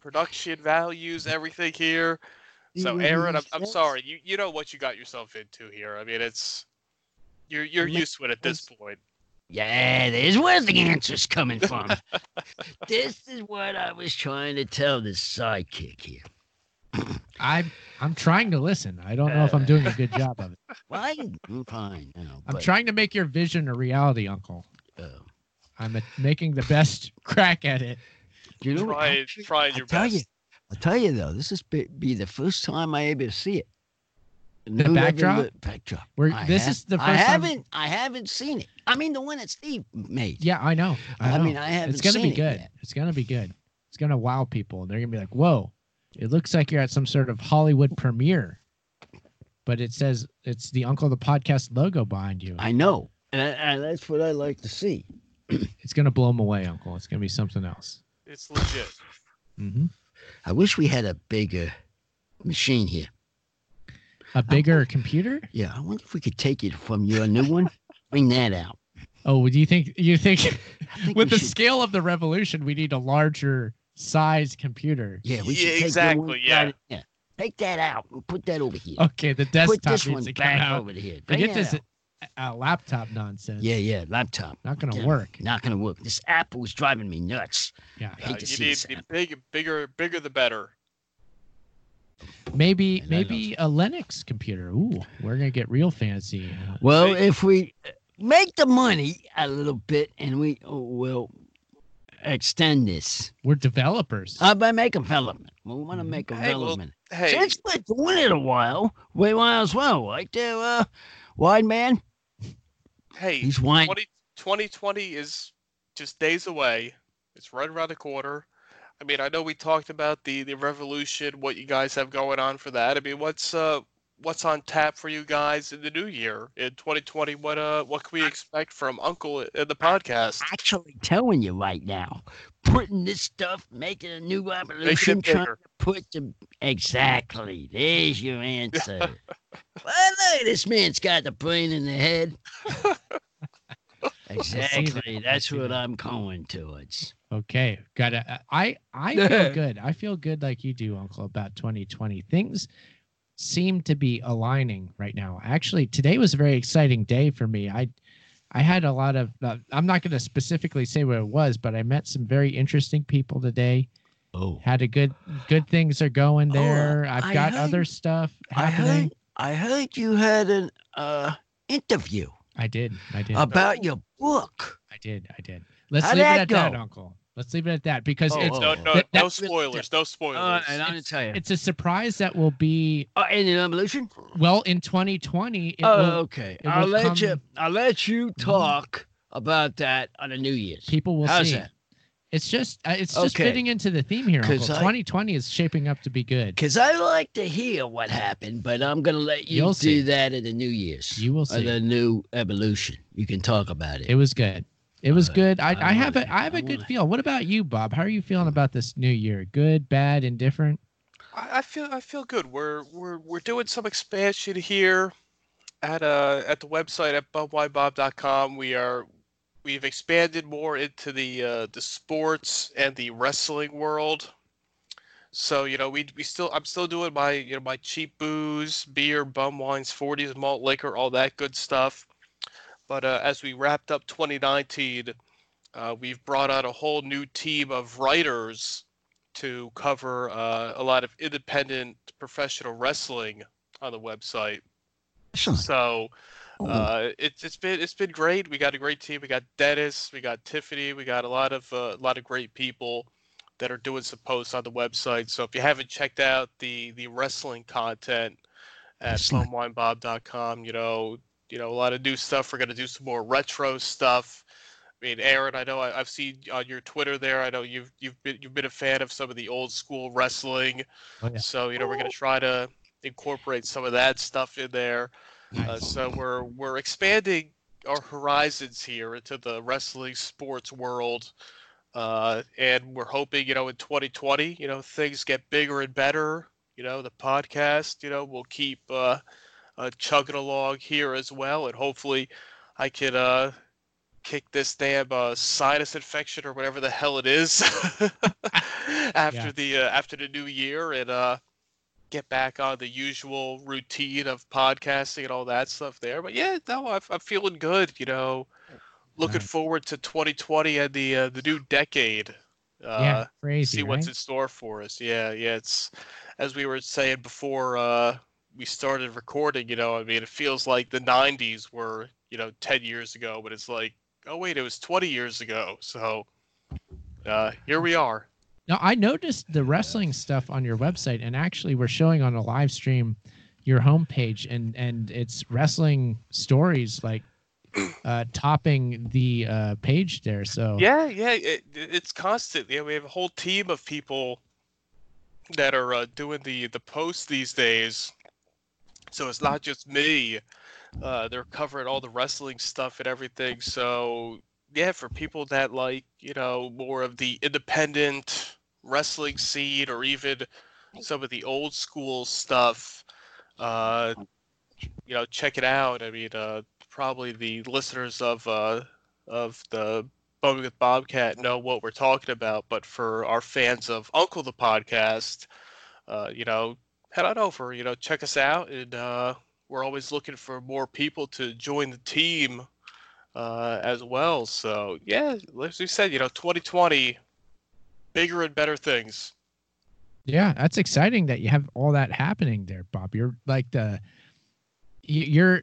Speaker 1: production values, everything here. So,
Speaker 4: You
Speaker 1: Aaron, I'm, I'm
Speaker 4: release
Speaker 1: sorry. You you know what you got yourself into here. I mean, it's you're you're used to it at this point.
Speaker 2: Yeah, there's where the answer's coming from. this is what I was trying to tell this sidekick here.
Speaker 3: I'm I'm trying to listen. I don't know if I'm doing a good job of it.
Speaker 2: Well, I- I'm fine now.
Speaker 3: I'm
Speaker 2: but- Oh.
Speaker 3: trying to make your vision a reality, Uncle. I'm a, making the best crack at it.
Speaker 2: You know,
Speaker 1: Try try your
Speaker 2: tell
Speaker 1: best.
Speaker 2: you, I'll tell you though, this is be, be the first time I ever see it.
Speaker 3: The
Speaker 2: New
Speaker 3: backdrop?
Speaker 2: Level- backdrop.
Speaker 3: We're-
Speaker 2: I
Speaker 3: this
Speaker 2: ha-
Speaker 3: is the
Speaker 2: I
Speaker 3: first time-
Speaker 2: haven't. I haven't seen it. I mean, the one that Steve made.
Speaker 3: Yeah, I know. I,
Speaker 2: I
Speaker 3: know.
Speaker 2: mean, I haven't
Speaker 3: It's gonna be
Speaker 2: seen it
Speaker 3: good.
Speaker 2: yet.
Speaker 3: It's gonna be good. It's gonna wow people, and they're gonna be like, "Whoa, It looks like you're at some sort of Hollywood premiere, but it says it's the Uncle the Podcast logo behind you.
Speaker 2: I know, and, I, I, that's what I like to see.
Speaker 3: it's gonna blow them away, Uncle. It's gonna be something else.
Speaker 1: It's legit.
Speaker 3: Mm-hmm.
Speaker 2: I wish we had a bigger machine here.
Speaker 3: A bigger I, computer?
Speaker 2: Yeah, I wonder if we could take it from your new one, bring that out.
Speaker 3: Oh, do you think you think, think with the should... scale of the revolution, we need a larger size computer?
Speaker 2: Yeah, we
Speaker 1: yeah,
Speaker 2: should take
Speaker 1: exactly. Yeah.
Speaker 2: Out, yeah, take that out. We'll put that over here.
Speaker 3: Okay, the
Speaker 2: put
Speaker 3: desktop
Speaker 2: this one
Speaker 3: needs to come
Speaker 2: back
Speaker 3: out.
Speaker 2: over here. Bring
Speaker 3: Forget
Speaker 2: that
Speaker 3: this
Speaker 2: out.
Speaker 3: uh, laptop nonsense.
Speaker 2: Yeah, yeah, laptop.
Speaker 3: Not gonna
Speaker 2: Yeah,
Speaker 3: work.
Speaker 2: Not gonna work. This Apple is driving me nuts.
Speaker 3: Yeah,
Speaker 2: I hate
Speaker 1: Uh,
Speaker 2: to
Speaker 1: you
Speaker 2: see
Speaker 1: need
Speaker 2: this
Speaker 1: the
Speaker 2: Apple.
Speaker 1: big, bigger, bigger the better.
Speaker 3: maybe
Speaker 2: And I
Speaker 3: maybe a Linux computer. Ooh, we're gonna get real fancy. Uh,
Speaker 2: Well,
Speaker 1: Hey.
Speaker 2: if we uh, make the money a little bit and we oh, will extend this,
Speaker 3: We're developers.
Speaker 2: how about make a development? Well, we want to
Speaker 3: Mhm.
Speaker 2: make a
Speaker 1: Mm-hmm. Hey, well,
Speaker 2: development.
Speaker 1: Hey,
Speaker 2: Since we're doing it a while, we might as well. Like the uh, wide man,
Speaker 1: hey,
Speaker 2: he's wine.
Speaker 1: 20, 2020 is just days away. It's right around the corner. I mean, I know we talked about the, the revolution, what you guys have going on for that. I mean, what's uh what's on tap for you guys in the new year in 2020? What uh what can we expect from Uncle in the podcast?
Speaker 2: Actually, telling you right now, putting this stuff, making a new
Speaker 1: Making
Speaker 2: revolution,
Speaker 1: it
Speaker 2: trying
Speaker 1: bigger.
Speaker 2: put the exactly. There's your answer. well, look, this man's got the brain in the head. exactly.
Speaker 3: that. I
Speaker 2: That's
Speaker 3: see
Speaker 2: what
Speaker 3: that.
Speaker 2: I'm going towards.
Speaker 3: Okay, got to I I feel good. I feel good like you do, Uncle. About 2020, things seem to be aligning right now. Actually, today was a very exciting day for me. I I had a lot of. Uh, I'm not going to specifically say what it was, but I met some very interesting people today.
Speaker 2: Oh,
Speaker 3: Had a good good things are going
Speaker 2: Oh,
Speaker 3: there.
Speaker 2: I-
Speaker 3: I've
Speaker 2: I
Speaker 3: got
Speaker 2: heard-
Speaker 3: other stuff
Speaker 2: I
Speaker 3: happening.
Speaker 2: heard. I heard you had an uh, interview
Speaker 3: I, did. I did.
Speaker 2: about your book.
Speaker 3: I did. I did. Let's
Speaker 2: How'd
Speaker 3: leave it
Speaker 2: that
Speaker 3: at that,
Speaker 2: go?
Speaker 3: Uncle. Let's leave it at that because
Speaker 2: Oh,
Speaker 3: it's
Speaker 2: oh.
Speaker 1: No, no,
Speaker 3: That-
Speaker 1: no
Speaker 3: that's-
Speaker 1: spoilers, no spoilers.
Speaker 2: and I'm gonna tell you.
Speaker 3: it's a surprise that will be
Speaker 2: Oh, and an evolution.
Speaker 3: well in 2020. It
Speaker 2: oh,
Speaker 3: will,
Speaker 2: okay.
Speaker 3: it
Speaker 2: I'll
Speaker 3: will
Speaker 2: let you.
Speaker 3: come- Mhm.
Speaker 2: I'll let you talk about that on the New Year's.
Speaker 3: people will
Speaker 2: How's
Speaker 3: see.
Speaker 2: that?
Speaker 3: It's just uh, it's just
Speaker 2: Okay.
Speaker 3: fitting into the theme here. Uncle.
Speaker 2: 'Cause I-
Speaker 3: 2020 is shaping up to be good.
Speaker 2: Because I like to hear what happened, but I'm going to let you
Speaker 3: You'll
Speaker 2: do
Speaker 3: see.
Speaker 2: that at the New Year's.
Speaker 3: You will
Speaker 2: or
Speaker 3: see.
Speaker 2: the new evolution. You can talk about it.
Speaker 3: It was good. It was
Speaker 2: Alright.
Speaker 3: good. I,
Speaker 2: Uh, I
Speaker 3: I, have
Speaker 2: wanna-
Speaker 3: a I have
Speaker 2: I
Speaker 3: a good
Speaker 2: wanna-
Speaker 3: feel. What about you, Bob? How are you feeling about this new year? Good, bad, indifferent?
Speaker 1: I, I feel I feel good. We're we're we're doing some expansion here at uh at the website at bumwinebob.com. We are we've expanded more into the uh, the sports and the wrestling world. So you know we we still I'm still doing my you know my cheap booze, beer, bum wines, 40s, malt liquor, all that good stuff. But uh, as we wrapped up 2019, uh, we've brought out a whole new team of writers to cover uh, a lot of independent professional wrestling on the website.
Speaker 2: Excellent.
Speaker 1: So uh, it's it's been it's been great. We got a great team. We got Dennis. We got Tiffany. We got a lot of uh, a lot of great people that are doing some posts on the website. So if you haven't checked out the the wrestling content at
Speaker 2: Excellent.
Speaker 1: bumwinebob.com, you know you know a lot of new stuff. We're gonna do some more retro stuff. I mean, Aaron, I know I, I've seen on your Twitter there. I know you've you've been you've been a fan of some of the old school wrestling.
Speaker 3: Oh, yeah.
Speaker 1: So you know we're gonna try to incorporate some of that stuff in there. Uh,
Speaker 3: Nice.
Speaker 1: so we're we're expanding our horizons here into the wrestling sports world, uh, and we're hoping you know in 2020 you know things get bigger and better. You know the podcast you know will keep uh, uh, chugging along here as well, and hopefully I can uh, kick this damn uh, sinus infection or whatever the hell it is after
Speaker 3: Yeah.
Speaker 1: the uh, after the new year and uh, get back on the usual routine of podcasting and all that stuff there. But yeah, no, I've, I'm feeling good. You know, looking
Speaker 3: Right.
Speaker 1: forward to 2020 and the uh, the new decade. Uh,
Speaker 3: yeah, crazy.
Speaker 1: see what's
Speaker 3: right?
Speaker 1: in store for us. Yeah, yeah. It's as we were saying before uh, we started recording. You know, I mean, it feels like the '90s were you know 10 years ago, but it's like, oh wait, it was 20 years ago. So uh, here we are.
Speaker 3: Now I noticed the wrestling stuff on your website, and actually we're showing on a live stream your homepage, and and it's wrestling stories like uh, topping the uh, page there. So
Speaker 1: Yeah, yeah, it, it- it's constant. Yeah, we have a whole team of people that are uh, doing the the posts these days. So it's not just me. Uh, they're covering all the wrestling stuff and everything. So yeah, for people that like you know more of the independent wrestling scene or even some of the old school stuff, uh, you know, check it out. I mean, uh, probably the listeners of uh, of the Bumming with Bobcat know what we're talking about, but for our fans of Uncle the podcast, uh, you know, head on over, you know, check us out, and uh, we're always looking for more people to join the team uh, as well. So yeah, like we said, you know, 2020, bigger and better things.
Speaker 3: Yeah, that's exciting that you have all that happening there, Bob. You're like the y- you're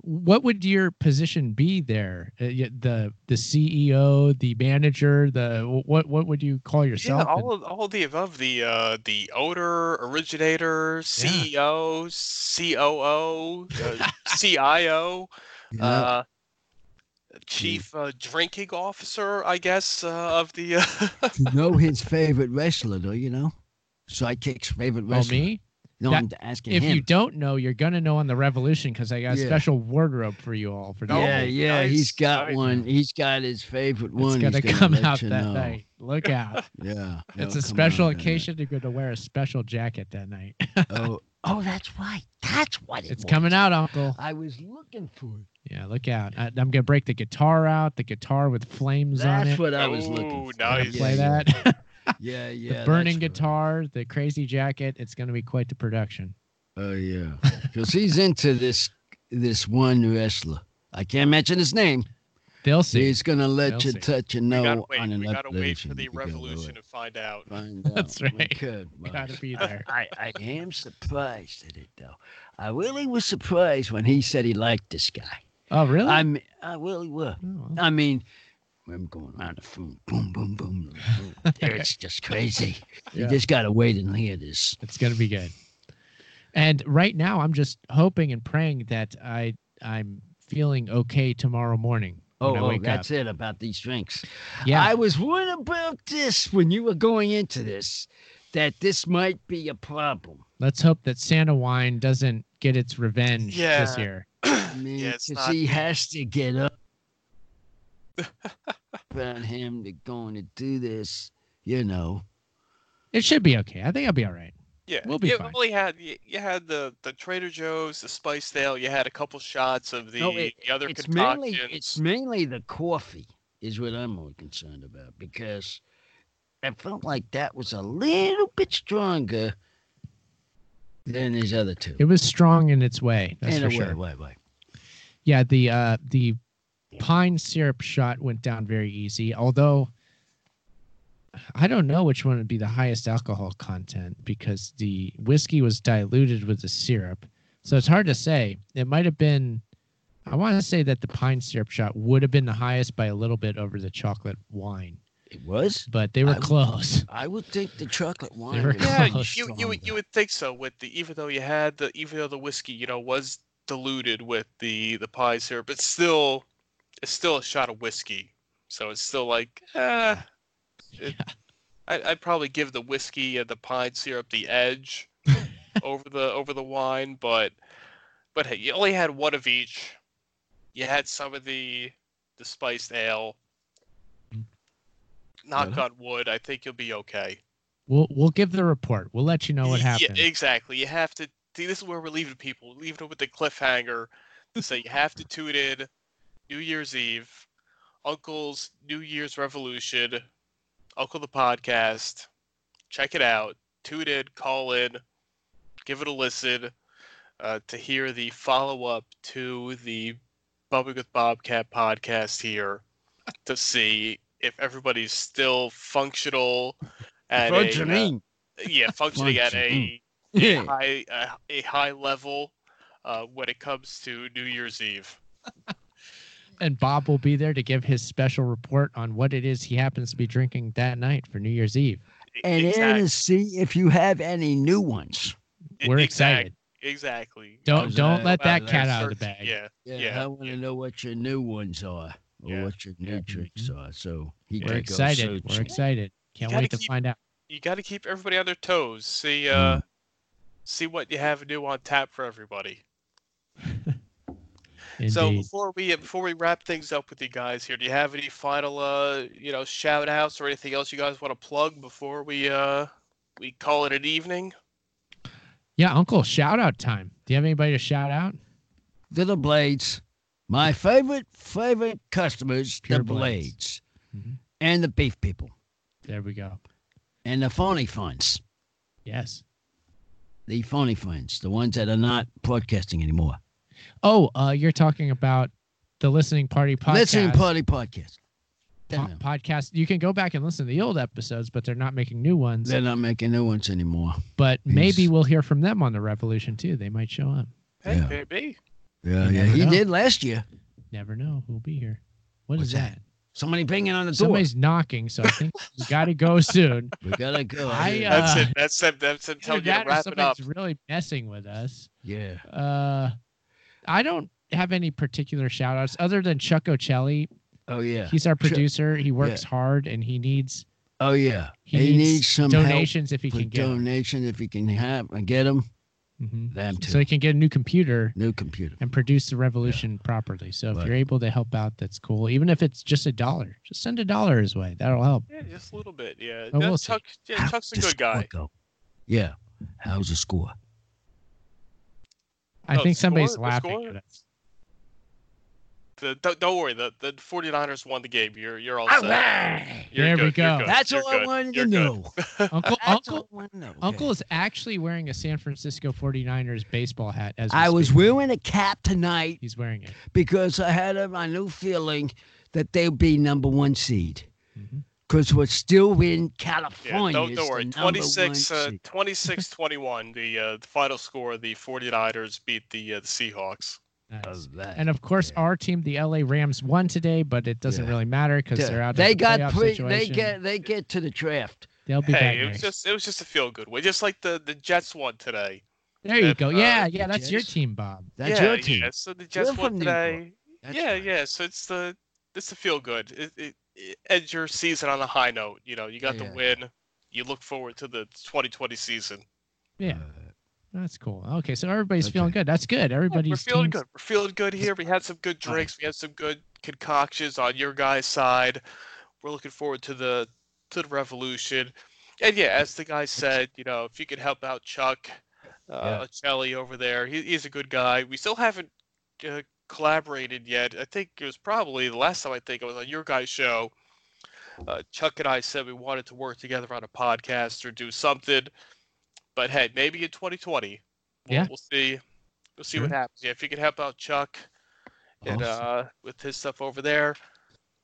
Speaker 3: what would your position be there? Uh, y- The the CEO, the manager, the what what would you call yourself?
Speaker 1: Yeah, all of, all of the above the uh, the owner, originator, E CEO, COO, uh, CIO, uh, chief uh, drinking officer, I guess, uh, of the. Uh,
Speaker 2: you know his favorite wrestler, do you know? Sidekick's favorite
Speaker 3: Oh,
Speaker 2: wrestler.
Speaker 3: me?
Speaker 2: No,
Speaker 3: That-
Speaker 2: I'm asking
Speaker 3: if
Speaker 2: him.
Speaker 3: you don't know, you're gonna know on the Revolution because I got a
Speaker 2: Yeah.
Speaker 3: special wardrobe for you all for
Speaker 2: yeah,
Speaker 3: that.
Speaker 2: yeah, he's got one. He's got his favorite one.
Speaker 3: It's
Speaker 2: he's
Speaker 3: gonna come
Speaker 2: let
Speaker 3: out
Speaker 2: you
Speaker 3: that
Speaker 2: know.
Speaker 3: night. Look out!
Speaker 2: Yeah,
Speaker 3: it's
Speaker 2: it'll
Speaker 3: a
Speaker 2: come
Speaker 3: special
Speaker 2: out that night.
Speaker 3: occasion. You're gonna wear a special jacket that night.
Speaker 2: oh, oh, that's right. That's what it
Speaker 3: It's
Speaker 2: was.
Speaker 3: coming out, Uncle.
Speaker 2: I was looking for it.
Speaker 3: Yeah, look out! I, I'm gonna break the guitar out. The guitar with flames on it.
Speaker 2: That's what I was looking
Speaker 1: Ooh,
Speaker 2: for.
Speaker 3: Gonna
Speaker 1: nice.
Speaker 3: play
Speaker 2: yeah.
Speaker 3: that.
Speaker 2: Yeah, yeah.
Speaker 3: the
Speaker 2: that's
Speaker 3: burning
Speaker 2: what-
Speaker 3: guitar, the crazy jacket. It's gonna be quite the production.
Speaker 2: Oh yeah, because he's into this this one wrestler. I can't mention his name.
Speaker 3: They'll see.
Speaker 2: He's gonna let
Speaker 3: They'll
Speaker 2: you
Speaker 3: see.
Speaker 2: touch you
Speaker 1: We gotta
Speaker 3: Oh,
Speaker 2: know
Speaker 1: wait.
Speaker 2: on an
Speaker 1: We gotta wait for
Speaker 2: upload
Speaker 1: the
Speaker 2: if you go
Speaker 1: revolution to find out.
Speaker 2: lower. Find
Speaker 3: That's
Speaker 2: out. We
Speaker 3: right.
Speaker 2: could, Mike.
Speaker 3: Gotta be there.
Speaker 2: I, I am surprised at it though. I really was surprised when he said he liked this guy.
Speaker 3: Oh really?
Speaker 2: I mean, I really were.
Speaker 3: Oh,
Speaker 2: I mean, I'm going around the phone, boom, boom, boom. boom. it's just crazy.
Speaker 3: Yeah.
Speaker 2: You just gotta wait and hear this.
Speaker 3: It's gonna be good. And right now, I'm just hoping and praying that I I'm feeling okay tomorrow morning
Speaker 2: Oh,
Speaker 3: when I
Speaker 2: oh
Speaker 3: wake
Speaker 2: that's
Speaker 3: up.
Speaker 2: it about these drinks.
Speaker 3: Yeah.
Speaker 2: I was worried about this when you were going into this, that this might be a problem.
Speaker 3: Let's hope that Santa wine doesn't get its revenge
Speaker 1: Yeah.
Speaker 3: this year.
Speaker 2: I mean,
Speaker 1: Yeah, it's
Speaker 2: 'cause
Speaker 1: not-
Speaker 2: he has to get up about him to going to do this, you know.
Speaker 3: It should be okay. I think I'll be all right.
Speaker 1: Yeah,
Speaker 3: We'll be
Speaker 1: you
Speaker 3: fine.
Speaker 1: only had you, you had the the Trader Joe's, the Spice Ale. You had a couple shots of the,
Speaker 2: No, it-
Speaker 1: the other
Speaker 2: it's mainly
Speaker 1: concoctions.
Speaker 2: it's mainly the coffee is what I'm more concerned about because I felt like that was a little bit stronger than his other two.
Speaker 3: It was strong in its way. That's
Speaker 2: In
Speaker 3: for
Speaker 2: a
Speaker 3: sure.
Speaker 2: way, way, way.
Speaker 3: Yeah, the uh the pine syrup shot went down very easy, although I don't know which one would be the highest alcohol content because the whiskey was diluted with the syrup. So it's hard to say. It might have been I want to say that the pine syrup shot would have been the highest by a little bit over the chocolate wine,
Speaker 2: It was.
Speaker 3: but they were
Speaker 2: I-
Speaker 3: close.
Speaker 2: I would think the chocolate wine.
Speaker 3: were
Speaker 2: would-
Speaker 1: yeah, you you
Speaker 3: Oh,
Speaker 1: would,
Speaker 3: stronger.
Speaker 1: you would think so with the even though you had the even though the whiskey you know was diluted with the the pie syrup, it's still it's still a shot of whiskey, so it's still like eh. It, I, I'd probably give the whiskey and the pine syrup the edge over the over the wine, but but hey, you only had one of each. You had some of the the spiced ale. Knock
Speaker 2: Really?
Speaker 1: on wood, I think you'll be okay.
Speaker 3: We'll we'll give the report. We'll let you know what
Speaker 1: Yeah,
Speaker 3: happened.
Speaker 1: exactly. You have to. See, this is where we're leaving people, leaving them with the cliffhanger. to say you have to tune in New Year's Eve, Uncle's New Year's Revolution, Uncle the podcast. Check it out. Tune in. Call in. Give it a listen uh, to hear the follow up to the Bubbing with Bobcat podcast here to see if everybody's still functional at a, uh,
Speaker 2: Functioning.
Speaker 1: yeah, functioning at a, a
Speaker 2: Yeah.
Speaker 1: high a, a high level uh, when it comes to New Year's Eve.
Speaker 3: and Bob will be there to give his special report on what it is he happens to be drinking that night for New Year's Eve.
Speaker 1: E-
Speaker 2: And
Speaker 1: exact-
Speaker 2: then see if you have any new ones.
Speaker 1: e-
Speaker 3: We're
Speaker 1: exact- uh,
Speaker 3: excited.
Speaker 1: Exactly.
Speaker 3: Don't
Speaker 2: How's
Speaker 3: don't
Speaker 2: that?
Speaker 3: let that
Speaker 1: Well,
Speaker 3: cat
Speaker 1: that's
Speaker 3: out of the
Speaker 1: certain-
Speaker 3: bag.
Speaker 1: Yeah.
Speaker 2: Yeah,
Speaker 1: Yeah.
Speaker 2: I want to know what your new ones are or
Speaker 1: Yeah.
Speaker 2: what your new
Speaker 3: Yeah.
Speaker 2: tricks are. So he
Speaker 3: We're
Speaker 2: could go
Speaker 3: excited. We're
Speaker 2: searching.
Speaker 3: excited. Can't
Speaker 1: gotta
Speaker 3: wait to
Speaker 1: keep-
Speaker 3: find out.
Speaker 1: You you got to keep everybody on their toes. See,
Speaker 3: Mm.
Speaker 1: uh, see what you have new on tap for everybody. So
Speaker 3: Indeed.
Speaker 1: before we before we wrap things up with you guys here, do you have any final uh you know shout outs or anything else you guys want to plug before we uh we call it an evening?
Speaker 3: Yeah, Uncle, shout out time. Do you have anybody to shout out?
Speaker 2: To the Blades, my favorite, favorite customers,
Speaker 3: Pure
Speaker 2: the
Speaker 3: Blades. Mm-hmm.
Speaker 2: Blades, and the Beef People,
Speaker 3: There we go.
Speaker 2: and the Phony Funds.
Speaker 3: Yes.
Speaker 2: The Phony Funds, the ones that are not broadcasting anymore.
Speaker 3: Oh, uh, you're talking about the listening party podcast.
Speaker 2: Listening Party Podcast.
Speaker 3: po-
Speaker 2: Them.
Speaker 3: podcast. You can go back and listen to the old episodes, but they're not making new ones.
Speaker 2: They're not making new ones anymore.
Speaker 3: but maybe we'll hear from them on the revolution too. They might show up.
Speaker 1: Hey,
Speaker 2: Yeah.
Speaker 1: maybe.
Speaker 2: Yeah,
Speaker 3: You
Speaker 2: yeah.
Speaker 3: never
Speaker 2: He
Speaker 3: know.
Speaker 2: did last year.
Speaker 3: Never know who'll be here. What
Speaker 2: What's
Speaker 3: is that?
Speaker 2: Somebody banging on the door.
Speaker 3: Somebody's knocking, so I think we got to go soon.
Speaker 2: We gotta go.
Speaker 3: I,
Speaker 2: Yeah.
Speaker 3: uh,
Speaker 1: That's it. That's it. That's it. Tell
Speaker 3: Either
Speaker 1: you to
Speaker 3: that or
Speaker 1: wrap it up.
Speaker 3: somebody's really messing with us.
Speaker 2: yeah.
Speaker 3: Uh, I don't have any particular shout outs other than Chuck O'Chelly.
Speaker 2: Oh yeah.
Speaker 3: He's our
Speaker 2: Sure.
Speaker 3: producer. He works hard and he needs
Speaker 2: Oh yeah.
Speaker 3: he,
Speaker 2: needs, some help
Speaker 3: donations if he
Speaker 2: for
Speaker 3: can get 'em.
Speaker 2: donations if he can have and get them.
Speaker 3: Mhm.
Speaker 2: Them too.
Speaker 3: so he can get a new computer
Speaker 2: New computer.
Speaker 3: and produce the revolution properly. So if
Speaker 2: Right.
Speaker 3: you're able to help out, that's cool. Even if it's just a dollar, just send a dollar his way. That'll help.
Speaker 1: Yeah, just a little bit. Yeah,
Speaker 3: Oh,
Speaker 1: Yeah,
Speaker 3: we'll see.
Speaker 1: Chuck. Yeah,
Speaker 2: How'd
Speaker 1: Chuck's a
Speaker 2: the
Speaker 1: good
Speaker 2: score
Speaker 1: guy.
Speaker 2: go? Yeah. How's the score?
Speaker 3: I
Speaker 1: Oh,
Speaker 3: think
Speaker 1: the
Speaker 3: somebody's
Speaker 1: score- the
Speaker 3: laughing
Speaker 1: score?
Speaker 3: at us.
Speaker 1: The, don't, don't worry. The the 49ers won the game. You're you're all
Speaker 2: All
Speaker 1: set.
Speaker 2: right.
Speaker 1: You're
Speaker 3: There we
Speaker 1: good, you're
Speaker 3: go.
Speaker 1: good,
Speaker 2: That's
Speaker 1: you're
Speaker 2: all I
Speaker 1: good,
Speaker 2: wanted
Speaker 1: you're
Speaker 2: to
Speaker 1: good.
Speaker 2: know.
Speaker 3: Uncle
Speaker 2: That's all
Speaker 3: Uncle
Speaker 2: I wanted to know. Okay.
Speaker 3: Uncle is actually wearing a San Francisco 49ers baseball hat as we
Speaker 2: I was
Speaker 3: speak.
Speaker 2: wearing a cap tonight
Speaker 3: He's wearing it.
Speaker 2: because I had a, my new feeling that they'd be number one seed.
Speaker 3: Mhm.
Speaker 2: Because we're still in
Speaker 1: Yeah,
Speaker 2: California.
Speaker 1: don't,
Speaker 2: is
Speaker 1: don't
Speaker 2: the
Speaker 1: worry.
Speaker 2: number
Speaker 1: 26,
Speaker 2: one
Speaker 1: uh,
Speaker 2: seed.
Speaker 1: 26 21, the, uh, the final score. The 49ers beat the, uh, the Seahawks.
Speaker 3: Nice.
Speaker 2: How's that?
Speaker 3: And of course, our team, the LA Rams, won today, but it doesn't
Speaker 2: Yeah.
Speaker 3: really matter because
Speaker 2: Yeah.
Speaker 3: they're out. of
Speaker 2: They
Speaker 3: the
Speaker 2: got
Speaker 3: playoff
Speaker 2: pre- they
Speaker 3: situation.
Speaker 2: get they get to the draft.
Speaker 3: They'll be back
Speaker 1: Hey, it was
Speaker 3: next.
Speaker 1: just it was just a feel good way, just like the, the Jets won today.
Speaker 3: there you
Speaker 1: if,
Speaker 3: go.
Speaker 1: uh,
Speaker 3: Yeah, yeah, that's your
Speaker 2: Jets-
Speaker 3: team, Bob.
Speaker 2: That's
Speaker 1: yeah,
Speaker 2: your team.
Speaker 1: Yeah, so the Jets
Speaker 2: from
Speaker 1: won
Speaker 2: New York.
Speaker 1: today.
Speaker 2: That's
Speaker 1: yeah,
Speaker 2: right.
Speaker 1: yeah. So it's the it's the feel good. It, it, it ends your season on a high note. You know, you got
Speaker 2: Yeah.
Speaker 1: the win. You look forward to the 2020 season.
Speaker 3: Yeah,
Speaker 1: Uh,
Speaker 3: that's cool. Okay, so everybody's
Speaker 2: okay.
Speaker 3: feeling good. That's good. Everybody's
Speaker 1: We're feeling
Speaker 3: teams-
Speaker 1: good. We're feeling good here. We had some good drinks. We had some good concoctions on your guys' side. We're looking forward to the to the revolution. And yeah, as the guy said, you know, if you could help out Chuck, uh, Chelly over there, he, he's a good guy. We still haven't uh, collaborated yet. I think it was probably the last time I think it was on your guys' show. Uh, Chuck and I said we wanted to work together on a podcast or do something. But hey, maybe in 2020, we'll,
Speaker 3: Yeah.
Speaker 1: we'll see. We'll see what
Speaker 3: Sure.
Speaker 1: happens. Yeah, if you can help out Chuck and
Speaker 2: Awesome.
Speaker 1: uh, with his stuff over there,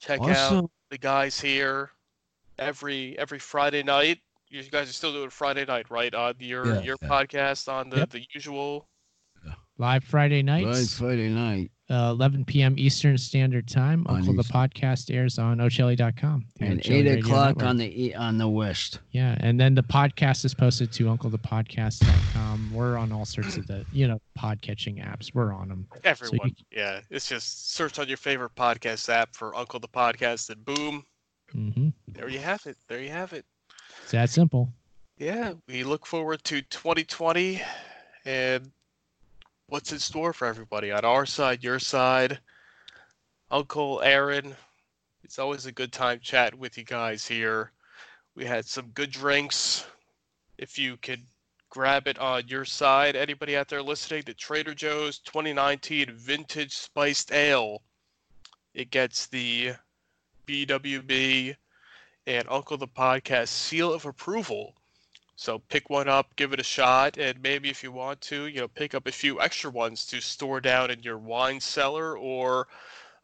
Speaker 1: check out
Speaker 2: Awesome.
Speaker 1: the guys here every every Friday night. You guys are still doing Friday night, right? On your
Speaker 2: Yeah,
Speaker 1: your
Speaker 2: yeah.
Speaker 1: podcast on the,
Speaker 3: Yep.
Speaker 1: the usual.
Speaker 3: live Friday
Speaker 2: Right,
Speaker 3: nights,
Speaker 2: Friday night.
Speaker 3: uh, 11 p.m. Eastern Standard Time.
Speaker 2: On
Speaker 3: Uncle the
Speaker 2: East-
Speaker 3: podcast airs on Ochelli.com the
Speaker 2: And
Speaker 3: Ochelli
Speaker 2: eight
Speaker 3: Radio
Speaker 2: o'clock
Speaker 3: Network.
Speaker 2: on the e- on the west.
Speaker 3: Yeah, and then the podcast is posted to unclethepodcast.com. We're on all sorts of the, you know, pod catching apps. We're on them.
Speaker 1: Everyone, yeah, it's just search on your favorite podcast app for Uncle the Podcast, and boom,
Speaker 3: hmm
Speaker 1: there you have it. There you have it.
Speaker 3: It's that simple.
Speaker 1: Yeah, we look forward to 2020 and what's in store for everybody on our side, your side. Uncle Aaron, it's always a good time chatting with you guys here. We had some good drinks. If you could grab it on your side, anybody out there listening to Trader Joe's 2019 Vintage Spiced Ale, it gets the BWB and Uncle the Podcast seal of approval. So pick one up, give it a shot, and maybe if you want to, you know, pick up a few extra ones to store down in your wine cellar or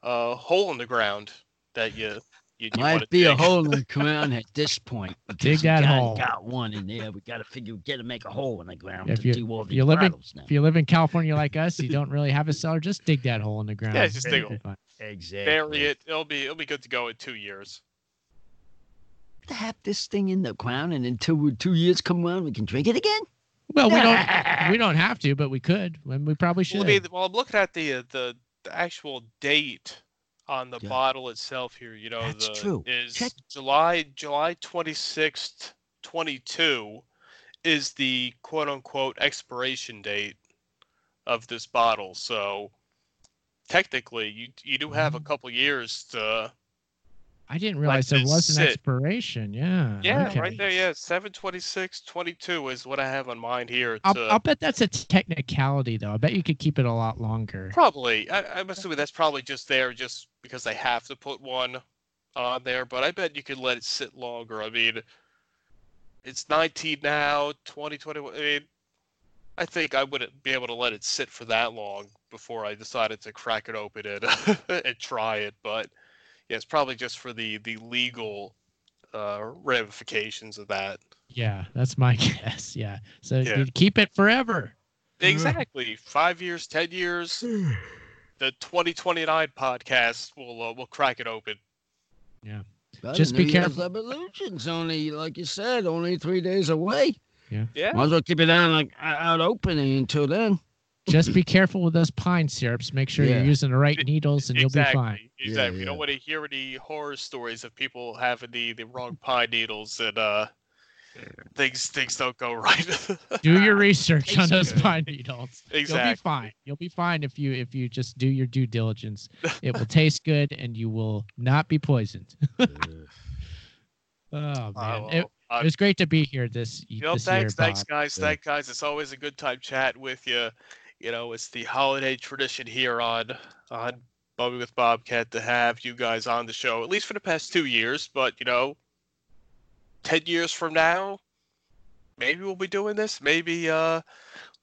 Speaker 1: a hole in the ground that you you, you want to
Speaker 2: Might be a
Speaker 1: dig.
Speaker 2: hole in the ground at this point.
Speaker 3: Dig
Speaker 2: because
Speaker 3: that
Speaker 2: we got,
Speaker 3: hole.
Speaker 2: Got one in there. We got to figure we got to make a hole in the ground
Speaker 3: If
Speaker 2: to
Speaker 3: you-
Speaker 2: do all
Speaker 3: if
Speaker 2: these
Speaker 3: you live in-
Speaker 2: bottles now.
Speaker 3: If you live in California like us, you don't really have a cellar, just dig that hole in the ground.
Speaker 1: Yeah, just dig
Speaker 3: You'll be fine.
Speaker 2: Exactly.
Speaker 1: Bury it. It'll be it'll be good to go in two years.
Speaker 2: To have this thing in the ground, and until two years come around, we can drink it again.
Speaker 3: Well, we don't we don't have to, but we could. And we probably should.
Speaker 1: Well, I mean, well, I'm looking at the uh, the, the actual date on the
Speaker 2: Yeah.
Speaker 1: bottle itself here. You know,
Speaker 2: That's
Speaker 1: the,
Speaker 2: true.
Speaker 1: is
Speaker 2: Check-
Speaker 1: July July 26th, 22 is the quote unquote expiration date of this bottle. So technically, you you do have a
Speaker 3: Mm-hmm.
Speaker 1: couple years to.
Speaker 3: I didn't realize there
Speaker 1: this
Speaker 3: was an
Speaker 1: sit.
Speaker 3: expiration. Yeah.
Speaker 1: Yeah,
Speaker 3: okay.
Speaker 1: right there. Yeah, 726 22 is what I have on mine here.
Speaker 3: I'll,
Speaker 1: To,
Speaker 3: I'll bet that's a technicality, though. I bet you could keep it a lot longer.
Speaker 1: Probably. I, I'm assuming that's probably just there just because they have to put one on there, but I bet you could let it sit longer. I mean, it's 19 now, 2021. I mean, I think I wouldn't be able to let it sit for that long before I decided to crack it open and, and try it, but yeah, it's probably just for the, the legal uh, ramifications of that.
Speaker 3: Yeah, that's my guess. Yeah. So
Speaker 1: Yeah.
Speaker 3: you'd keep it forever.
Speaker 1: Exactly. Five years, ten years. the 2029 podcast will uh, will crack it open.
Speaker 3: Yeah.
Speaker 1: Just be careful.
Speaker 5: Evolution's only, like you said, only three days away.
Speaker 3: Yeah.
Speaker 1: Yeah.
Speaker 5: Might as well keep it down like out open until then.
Speaker 3: Just be careful with those pine syrups. Make sure
Speaker 5: Yeah.
Speaker 3: you're using the right needles and
Speaker 1: exactly.
Speaker 3: you'll be fine.
Speaker 1: Exactly. You don't want to hear any horror stories of people having the, the wrong pine needles and uh things things don't go right.
Speaker 3: Do your research on those pine needles. You'll be
Speaker 1: Exactly.
Speaker 3: fine. You'll be fine if you if you just do your due diligence. It will taste good and you will not be poisoned. oh man. it,
Speaker 1: well, I-
Speaker 3: it was great to be here this,
Speaker 1: you know,
Speaker 3: this
Speaker 1: thanks,
Speaker 3: year.
Speaker 1: thanks,
Speaker 3: Bob.
Speaker 1: guys, thanks, guys. It's always a good time chatting with you. You know, it's the holiday tradition here on on Bobby with Bobcat to have you guys on the show at least for the past two years. But you know, ten years from now, maybe we'll be doing this. Maybe uh,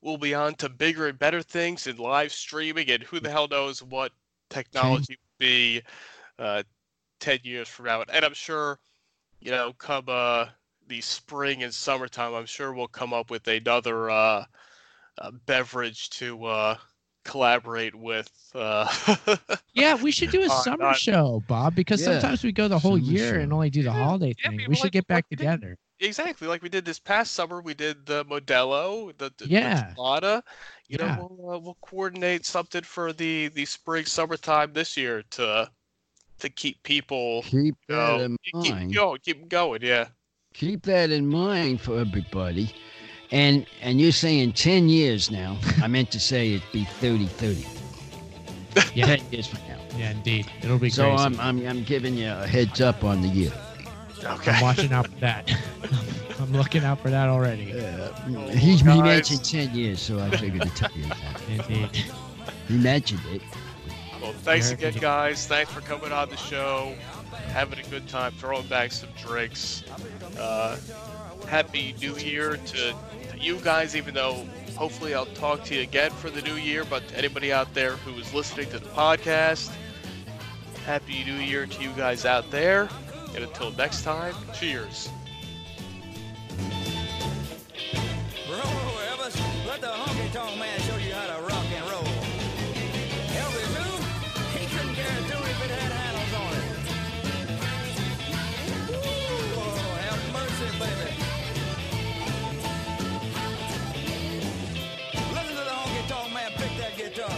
Speaker 1: we'll be on to bigger and better things and live streaming and who the hell knows what technology will be uh, ten years from now. And I'm sure, you know, come uh, the spring and summertime, I'm sure we'll come up with another uh, uh, beverage to uh, collaborate with. Uh,
Speaker 3: Yeah, we should do a
Speaker 1: on-
Speaker 3: summer
Speaker 1: on-
Speaker 3: show, Bob, because
Speaker 1: Yeah.
Speaker 3: sometimes we go the whole
Speaker 1: Summer
Speaker 3: year
Speaker 1: show.
Speaker 3: and only do the holiday thing. we should get back together.
Speaker 1: Exactly, like we did this past summer, we did the Modelo, the, the
Speaker 3: Yeah.
Speaker 1: Michelada. You
Speaker 3: Yeah.
Speaker 1: know, we'll, uh, we'll coordinate something for the the spring summertime this year to to keep people
Speaker 5: Keep
Speaker 1: you
Speaker 5: that
Speaker 1: know,
Speaker 5: in
Speaker 1: keep
Speaker 5: mind.
Speaker 1: going, keep going, yeah.
Speaker 5: Keep that in mind for everybody. And and you're saying 10 years now. I meant to say it'd be 30, 30.
Speaker 3: Yeah.
Speaker 5: 10 years from now.
Speaker 3: Yeah, indeed. It'll be
Speaker 5: So
Speaker 3: crazy.
Speaker 5: I'm, I'm, I'm giving you a heads up on the year.
Speaker 3: I'm watching out for that. I'm looking out for that already.
Speaker 5: He's, he mentioned 10 years, so I figured to tell you that.
Speaker 3: Indeed.
Speaker 5: He mentioned it.
Speaker 1: Well, thanks
Speaker 5: Very
Speaker 1: again,
Speaker 5: good.
Speaker 1: guys. Thanks for coming on the show, having a good time, throwing back some drinks. Uh, happy New Year to, to you guys, even though hopefully I'll talk to you again for the new year. But to anybody out there who is listening to the podcast, happy New Year to you guys out there. And until next time, cheers.
Speaker 10: Roll, Elvis. Let the honky tonk man show you how to rock and roll. Elvis knew he couldn't guarantee if it had handles on it. Ooh, have mercy, baby. Listen to the honky tonk man pick that guitar.